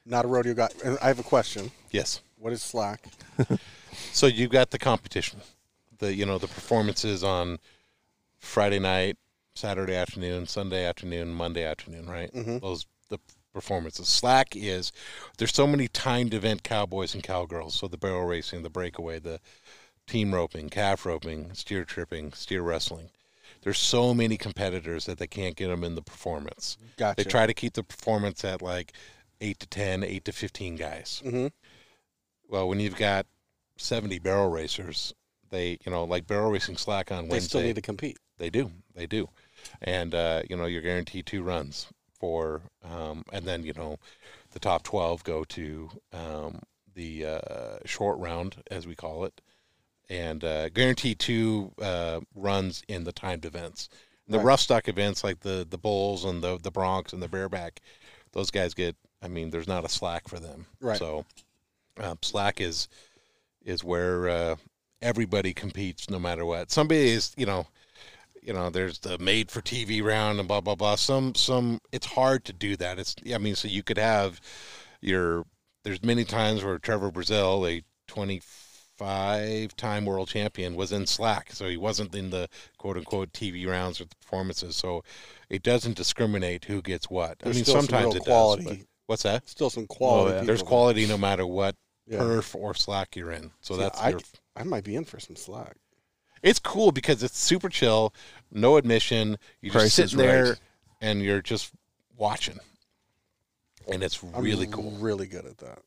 S4: Not a rodeo guy. And I have a question.
S3: Yes.
S4: What is slack?
S3: So you've got the competition, the you know the performances on Friday night, Saturday afternoon, Sunday afternoon, Monday afternoon, right? Those the performances. Slack is there's so many timed event cowboys and cowgirls. So the barrel racing, the breakaway, the team roping, calf roping, steer tripping, steer wrestling. There's so many competitors that they can't get them in the performance.
S4: Gotcha.
S3: They try to keep the performance at like eight to 10, 8 to 15 guys.
S4: Mhm.
S3: Well, when you've got 70 barrel racers, they, you know, like barrel racing slack on
S4: They
S3: Wednesday.
S4: still need to compete.
S3: They do. They do. And, uh, you know, you're guaranteed two runs for, um, and then, you know, the top 12 go to um, the uh, short round, as we call it, and uh, guaranteed two uh, runs in the timed events. The rough stock events like the, the Bulls and the, the Bronx and the Bareback, those guys get, I mean, there's not a slack for them.
S4: Right.
S3: So um, slack is is where uh, everybody competes no matter what. Somebody is, you know, you know, there's the made for TV round and blah blah blah. Some some it's hard to do that. It's I mean, so you could have your there's many times where Trevor Brazil, a 25 time world champion, was in slack, so he wasn't in the quote unquote TV rounds or the performances. So it doesn't discriminate who gets what.
S4: There's
S3: I mean,
S4: still some
S3: sometimes
S4: real
S3: it
S4: quality.
S3: does. but- What's that?
S4: Still some quality. people.
S3: Oh, There's quality no matter what
S4: Yeah.
S3: perf or slack you're in. So
S4: See,
S3: that's
S4: I,
S3: your,
S4: I might be in for some slack.
S3: it's cool because it's super chill, no admission. You
S2: Price
S3: just
S2: is
S3: sit there
S2: right.
S3: and you're just watching, and it's
S4: I'm
S3: really cool.
S4: Really good at that.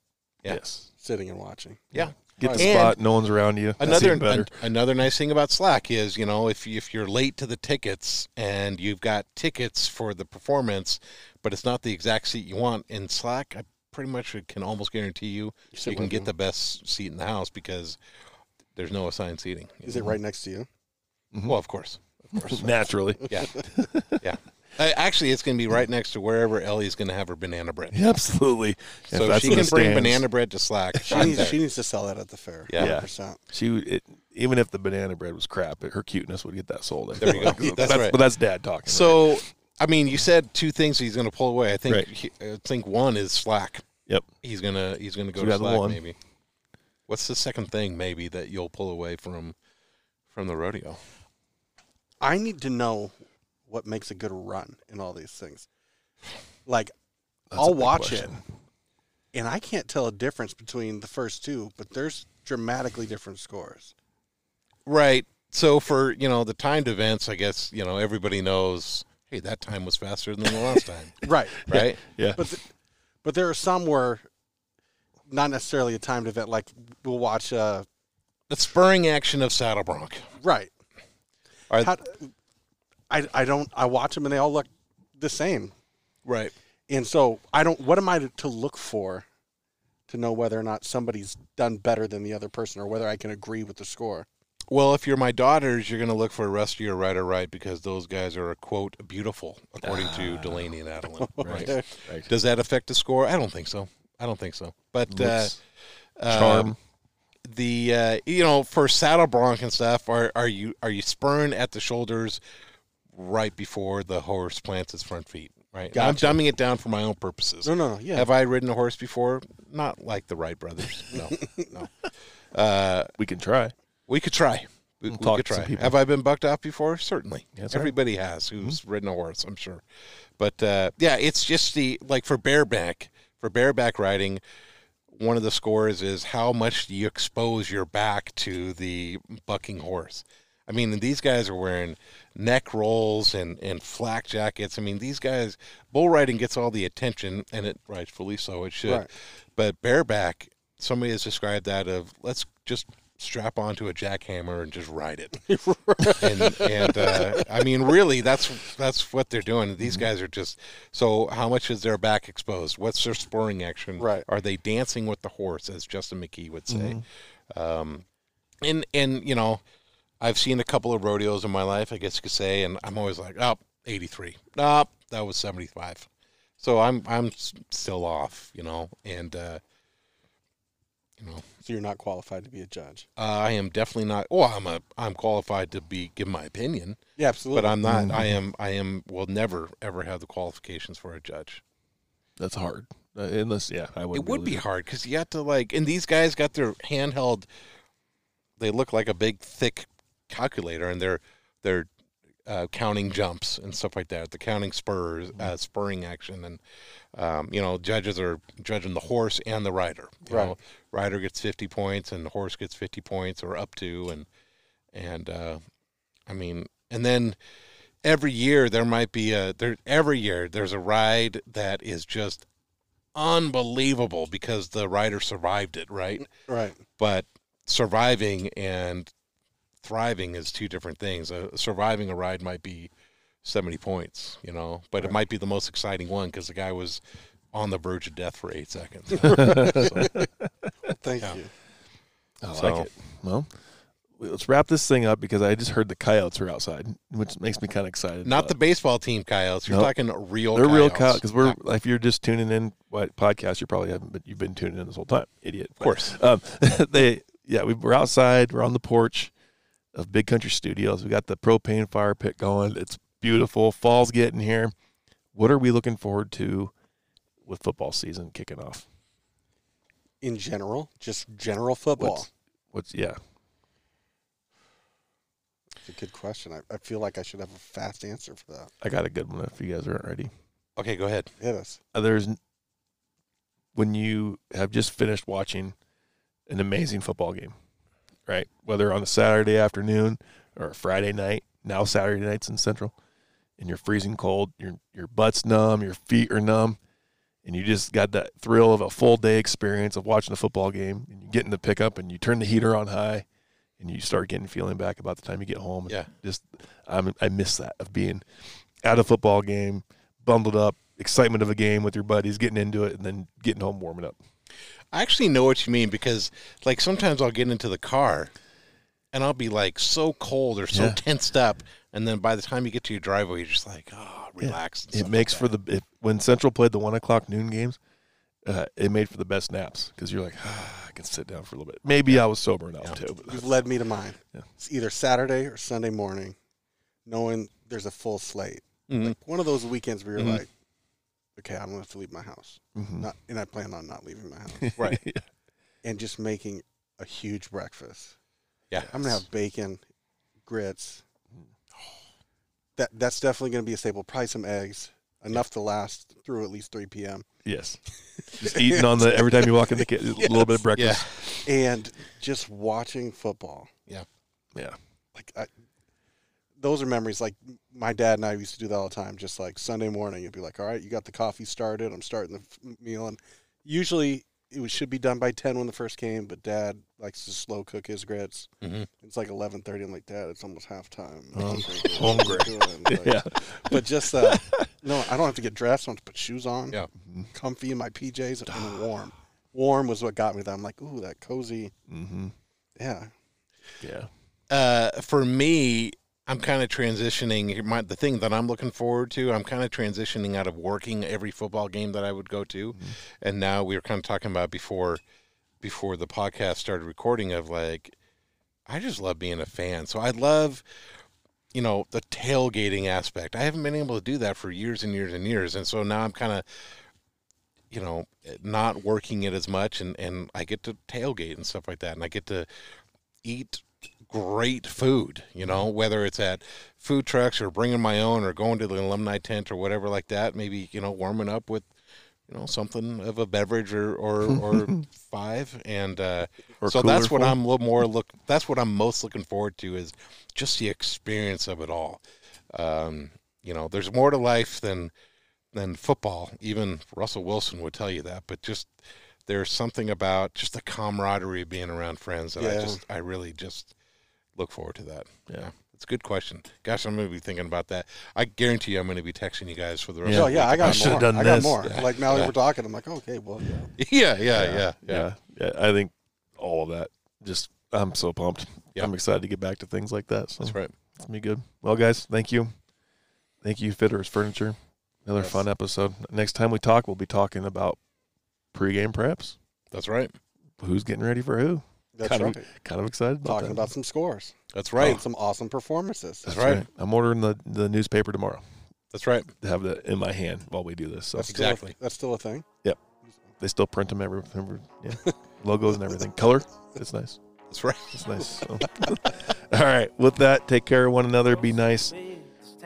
S3: Yeah.
S2: Yes.
S4: Sitting and watching.
S3: Yeah.
S2: Get the
S3: And-
S2: spot. No one's around you. That's
S3: Another
S2: even better.
S3: an- another nice thing about Slack is you know if you, if you're late to the tickets and you've got tickets for the performance, but it's not the exact seat you want in Slack, I pretty much can almost guarantee you
S4: sit
S3: you can
S4: with
S3: get
S4: me.
S3: the best seat in the house because there's no assigned seating. you
S4: Is
S3: know?
S4: it right next to you?
S3: Well, of course, of course.
S2: Mm-hmm. Naturally.
S3: Yeah. Yeah. Uh, actually, it's going to be right next to wherever Ellie's going to have her banana bread.
S2: Absolutely. If
S3: so if
S2: that's
S3: she
S2: in
S3: can
S2: the
S3: bring
S2: stands-
S3: banana bread to Slack.
S4: She
S3: I'm
S4: needs,
S3: there.
S4: she needs to sell that at the fair.
S3: Yeah.
S2: Yeah.
S4: 100%.
S2: She would- it, even if the banana bread was crap, it, her cuteness would get that sold. I
S3: There
S2: feel
S3: you go.
S2: like. So
S3: That's right.
S2: But that's dad talking. right?
S3: so, I mean, you said two things he's going to pull away. I think
S2: Right.
S3: he- I think one is Slack.
S2: yep.
S3: He's going to he's going to go
S2: So we
S3: to
S2: got the
S3: Slack
S2: one.
S3: maybe. What's the second thing maybe that you'll pull away from from the rodeo?
S4: I need to know what makes a good run in all these things. Like,
S2: That's a
S4: I'll
S2: big
S4: watch
S2: question.
S4: it, and I can't tell a difference between the first two, but there's dramatically different scores.
S3: Right. So for, you know, the timed events, I guess, you know, everybody knows, hey, that time was faster than the last time,
S4: Right.
S3: right?
S2: Yeah.
S4: But th- but there are some where not necessarily a timed event. Like we'll watch. Uh,
S3: The spurring action of Saddle Bronc.
S4: right.
S3: Are-
S4: How, I I don't. I watch them and they all look the same.
S3: Right.
S4: And so I don't. What am I to, to look for to know whether or not somebody's done better than the other person or whether I can agree with the score.
S3: Well, if you're my daughters, you're going to look for Rusty or Right or Right because those guys are, quote, beautiful, according
S4: Ah,
S3: to Delaney and Adeline. Right.
S7: Right.
S3: Does that affect the score? I don't think so. I don't think so. But uh,
S2: Looks,
S3: uh,
S2: charm.
S3: the uh, you know for saddle bronc and stuff, are are you are you spurring at the shoulders right before the horse plants its front feet? Right. And
S4: Gotcha.
S3: I'm dumbing it down for my own purposes.
S4: No, no, no. Yeah.
S3: Have I ridden a horse before? Not like the Wright brothers. No, no. Uh,
S2: we can try.
S3: we could try. We, we
S2: talk
S3: could
S2: to some
S3: try.
S2: people.
S3: Have I been bucked off before? Certainly.
S2: That's right. Mm-hmm.
S3: Everybody has who's ridden a horse, I'm sure. But uh, yeah, it's just the like for bareback for bareback riding. One of the scores is how much do you expose your back to the bucking horse. I mean, these guys are wearing neck rolls and, and flak jackets. I mean, these guys, bull riding gets all the attention, and it rightfully so, it should.
S4: Right.
S3: But bareback, somebody has described that of let's just strap onto a jackhammer and just ride it. and and uh, I mean, really, that's that's what they're doing. These guys are just so. How much is their back exposed? What's their spurring action?
S4: Right.
S3: Are they dancing with the horse, as Justin McKee would say? Um, and and you know, I've seen a couple of rodeos in my life, I guess you could say, and I'm always like, oh, 83. Nope, that was 75. So I'm I'm s- still off, you know, and uh, you know,
S4: so you're not qualified to be a judge.
S3: uh, I am definitely not. Well, I'm a I'm qualified to be give my opinion,
S4: Yeah, absolutely.
S3: but I'm not. I am I am will never ever have the qualifications for a judge.
S2: That's hard. Uh, unless, yeah, I would.
S3: it would be hard because you have to like, and these guys got their handheld. They look like a big thick calculator, and they're they're uh, counting jumps and stuff like that. The counting spurs, uh, spurring action, and um, you know, judges are judging the horse and the rider. You
S4: Right.
S3: know, rider gets fifty points, and the horse gets fifty points or up to, and and uh, I mean, and then every year there might be a there every year there's a ride that is just unbelievable because the rider survived it, right?
S4: right.
S3: But surviving and thriving is two different things. Uh, surviving a ride might be 70 points, you know, but it might be the most exciting one because the guy was on the verge of death for eight seconds.
S4: Thank you.
S2: I like
S3: So-
S2: it. Well, let's wrap this thing up because I just heard the coyotes are outside, which makes me kind of excited.
S3: Not the baseball team coyotes. You're
S2: Nope.
S3: talking real
S2: they're real coyotes
S3: coyotes.
S2: because we're if you're just tuning in what podcast you probably haven't but you've been tuning in this whole time idiot of
S3: course.
S2: um, they yeah we, we're outside we're on the porch of big country studios we got the propane fire pit going it's beautiful fall's getting here what are we looking forward to with football season kicking off
S4: In general, just general football.
S2: what's what's yeah
S4: It's a good question. I, I feel like I should have a fast answer for that.
S2: i got a good one if you guys aren't ready
S3: Okay, go ahead.
S4: Hit us.
S2: Uh, there's when you have just finished watching an amazing football game, right? Whether on a Saturday afternoon or a Friday night, now Saturday nights in Central, and you're freezing cold, your your butt's numb, your feet are numb, and you just got that thrill of a full day experience of watching a football game, and you get in the pickup and you turn the heater on high, and you start getting feeling back about the time you get home.
S3: Yeah.
S2: just I'm, I miss that of being at a football game, bundled up, excitement of a game with your buddies, getting into it, and then getting home warming up.
S3: I actually know what you mean because, like, sometimes I'll get into the car and I'll be like so cold or so
S2: Yeah.
S3: tensed up, and then by the time you get to your driveway, you're just like, oh, relax. and
S2: It
S3: stuff
S2: makes
S3: like
S2: for the it, when Central played the one o'clock noon games, uh, it made for the best naps because you're like, ah, I can sit down for a little bit. Maybe I was sober enough too. But
S4: You've led me to mine.
S2: Yeah.
S4: It's either Saturday or Sunday morning, knowing there's a full slate.
S3: Mhm.
S4: Like one of those weekends where you're
S3: Mhm.
S4: like, okay, I'm going to have to leave my house.
S2: Mhm.
S4: Not, and I plan on not leaving my house.
S3: Right.
S4: and just making a huge breakfast.
S3: Yeah.
S4: I'm going to have bacon, grits. That That's definitely going to be a staple. Probably some eggs, enough to last through at least 3 p.m.
S2: yes, just eating on the every time you walk in the kit, a little bit of
S3: Yeah.
S2: breakfast.
S4: And just watching football.
S2: yeah.
S4: like I, those are memories like my dad and I used to do that all the time just like Sunday morning you'd be like all right you got the coffee started I'm starting the f- meal and usually it was, should be done by 10 when the first came but dad likes to slow cook his grits
S2: Mm-hmm.
S3: Mhm.
S4: it's like 11:30 I'm like dad it's almost halftime
S2: Um,
S4: hungry
S2: Yeah.
S4: but just uh, no I don't have to get dressed I don't have to put shoes on
S3: Yeah.
S4: comfy in my PJs and I'm warm warm was what got me. That I'm like, ooh, that cozy.
S2: Mm-hmm.
S4: Yeah.
S2: Yeah.
S3: uh, for me, I'm kind of transitioning. My, the thing that I'm looking forward to, I'm kind of transitioning out of working every football game that I would go to, and now we were kind of talking about before, before the podcast started recording of like, I just love being a fan. So I love, you know, the tailgating aspect. I haven't been able to do that for years and years and years, and so now I'm kind of. You know, not working it as much, and and I get to tailgate and stuff like that, and I get to eat great food, you know,
S2: Mm-hmm.
S3: whether it's at food trucks or bringing my own or going to the alumni tent or whatever like that, maybe, you know, warming up with, you know, something of a beverage or, or, or five. And, uh,
S2: Or
S3: so that's
S2: cooler
S3: what
S2: full.
S3: I'm lo- more look, that's what I'm most looking forward to is just the experience of it all. Um, you know, there's more to life than, than football. Even Russell Wilson would tell you that, but just, there's something about just the camaraderie of being around friends that I
S4: Yeah.
S3: just, I really just look forward to that.
S2: Yeah.
S3: It's a good question. Gosh, I'm going to be thinking about that. I guarantee you I'm going to be texting you guys for the rest
S2: Yeah.
S4: Oh
S3: of the
S4: yeah, I got
S2: should've
S4: more.
S2: done
S4: I got
S2: this.
S4: more. Like now that
S3: Yeah.
S4: we're talking, I'm like, okay, well, yeah.
S3: week. Yeah, yeah, yeah, yeah.
S2: yeah, yeah. I think all of that. Just I'm so pumped.
S3: Yeah.
S2: I'm excited to get back to things like that. So
S3: That's right.
S2: it's gonna be good. Well, guys, thank you, thank you, Fitters Furniture. Another
S3: Yes.
S2: fun episode. Next time we talk, we'll be talking about pregame preps.
S3: That's right.
S2: Who's getting ready for who?
S4: that's
S2: kind
S4: right.
S2: of kind of excited about
S4: Talking
S2: that.
S4: about some scores,
S3: That's right.
S2: Oh.
S4: Some awesome performances.
S3: Oh. That's
S2: That's
S3: right.
S2: I'm ordering the the newspaper tomorrow
S3: That's right.
S2: to have that in my hand while we do this. So
S4: That's still a-
S3: Exactly.
S4: that's still a thing.
S2: they still print them every, every yeah. logos and everything. Color. It's nice.
S3: That's right.
S2: It's nice. So. All right. With that, take care of one another. Be nice.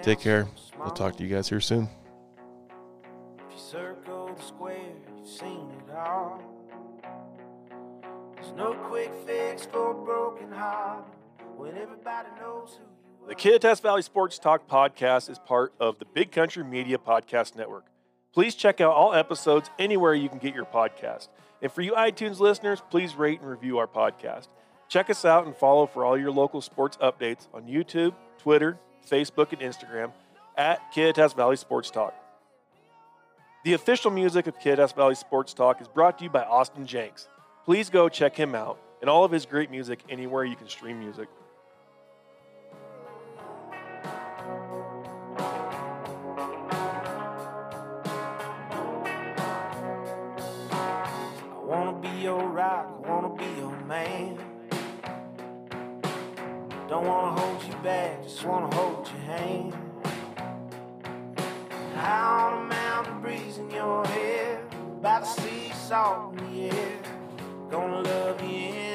S2: Take care. We'll talk to you guys here soon.
S1: If you circle the square, you've seen it all. There's no quick fix for a broken heart when everybody knows who you are.
S7: The Kittitas Valley Sports Talk podcast is part of the Big Country Media Podcast Network. Please check out all episodes anywhere you can get your podcast. And for you iTunes listeners, please rate and review our podcast. Check us out and follow for all your local sports updates on YouTube, Twitter, Facebook, and Instagram at Kittitas Valley Sports Talk. The official music of Kittitas Valley Sports Talk is brought to you by Austin Jenks. Please go check him out and all of his great music anywhere you can stream music.
S1: I wanna be your rock, I wanna be your man. Don't wanna hold you back, just wanna hold your hand. Out on a mountain breeze in your hair, by the sea, salt in the air. Gonna love you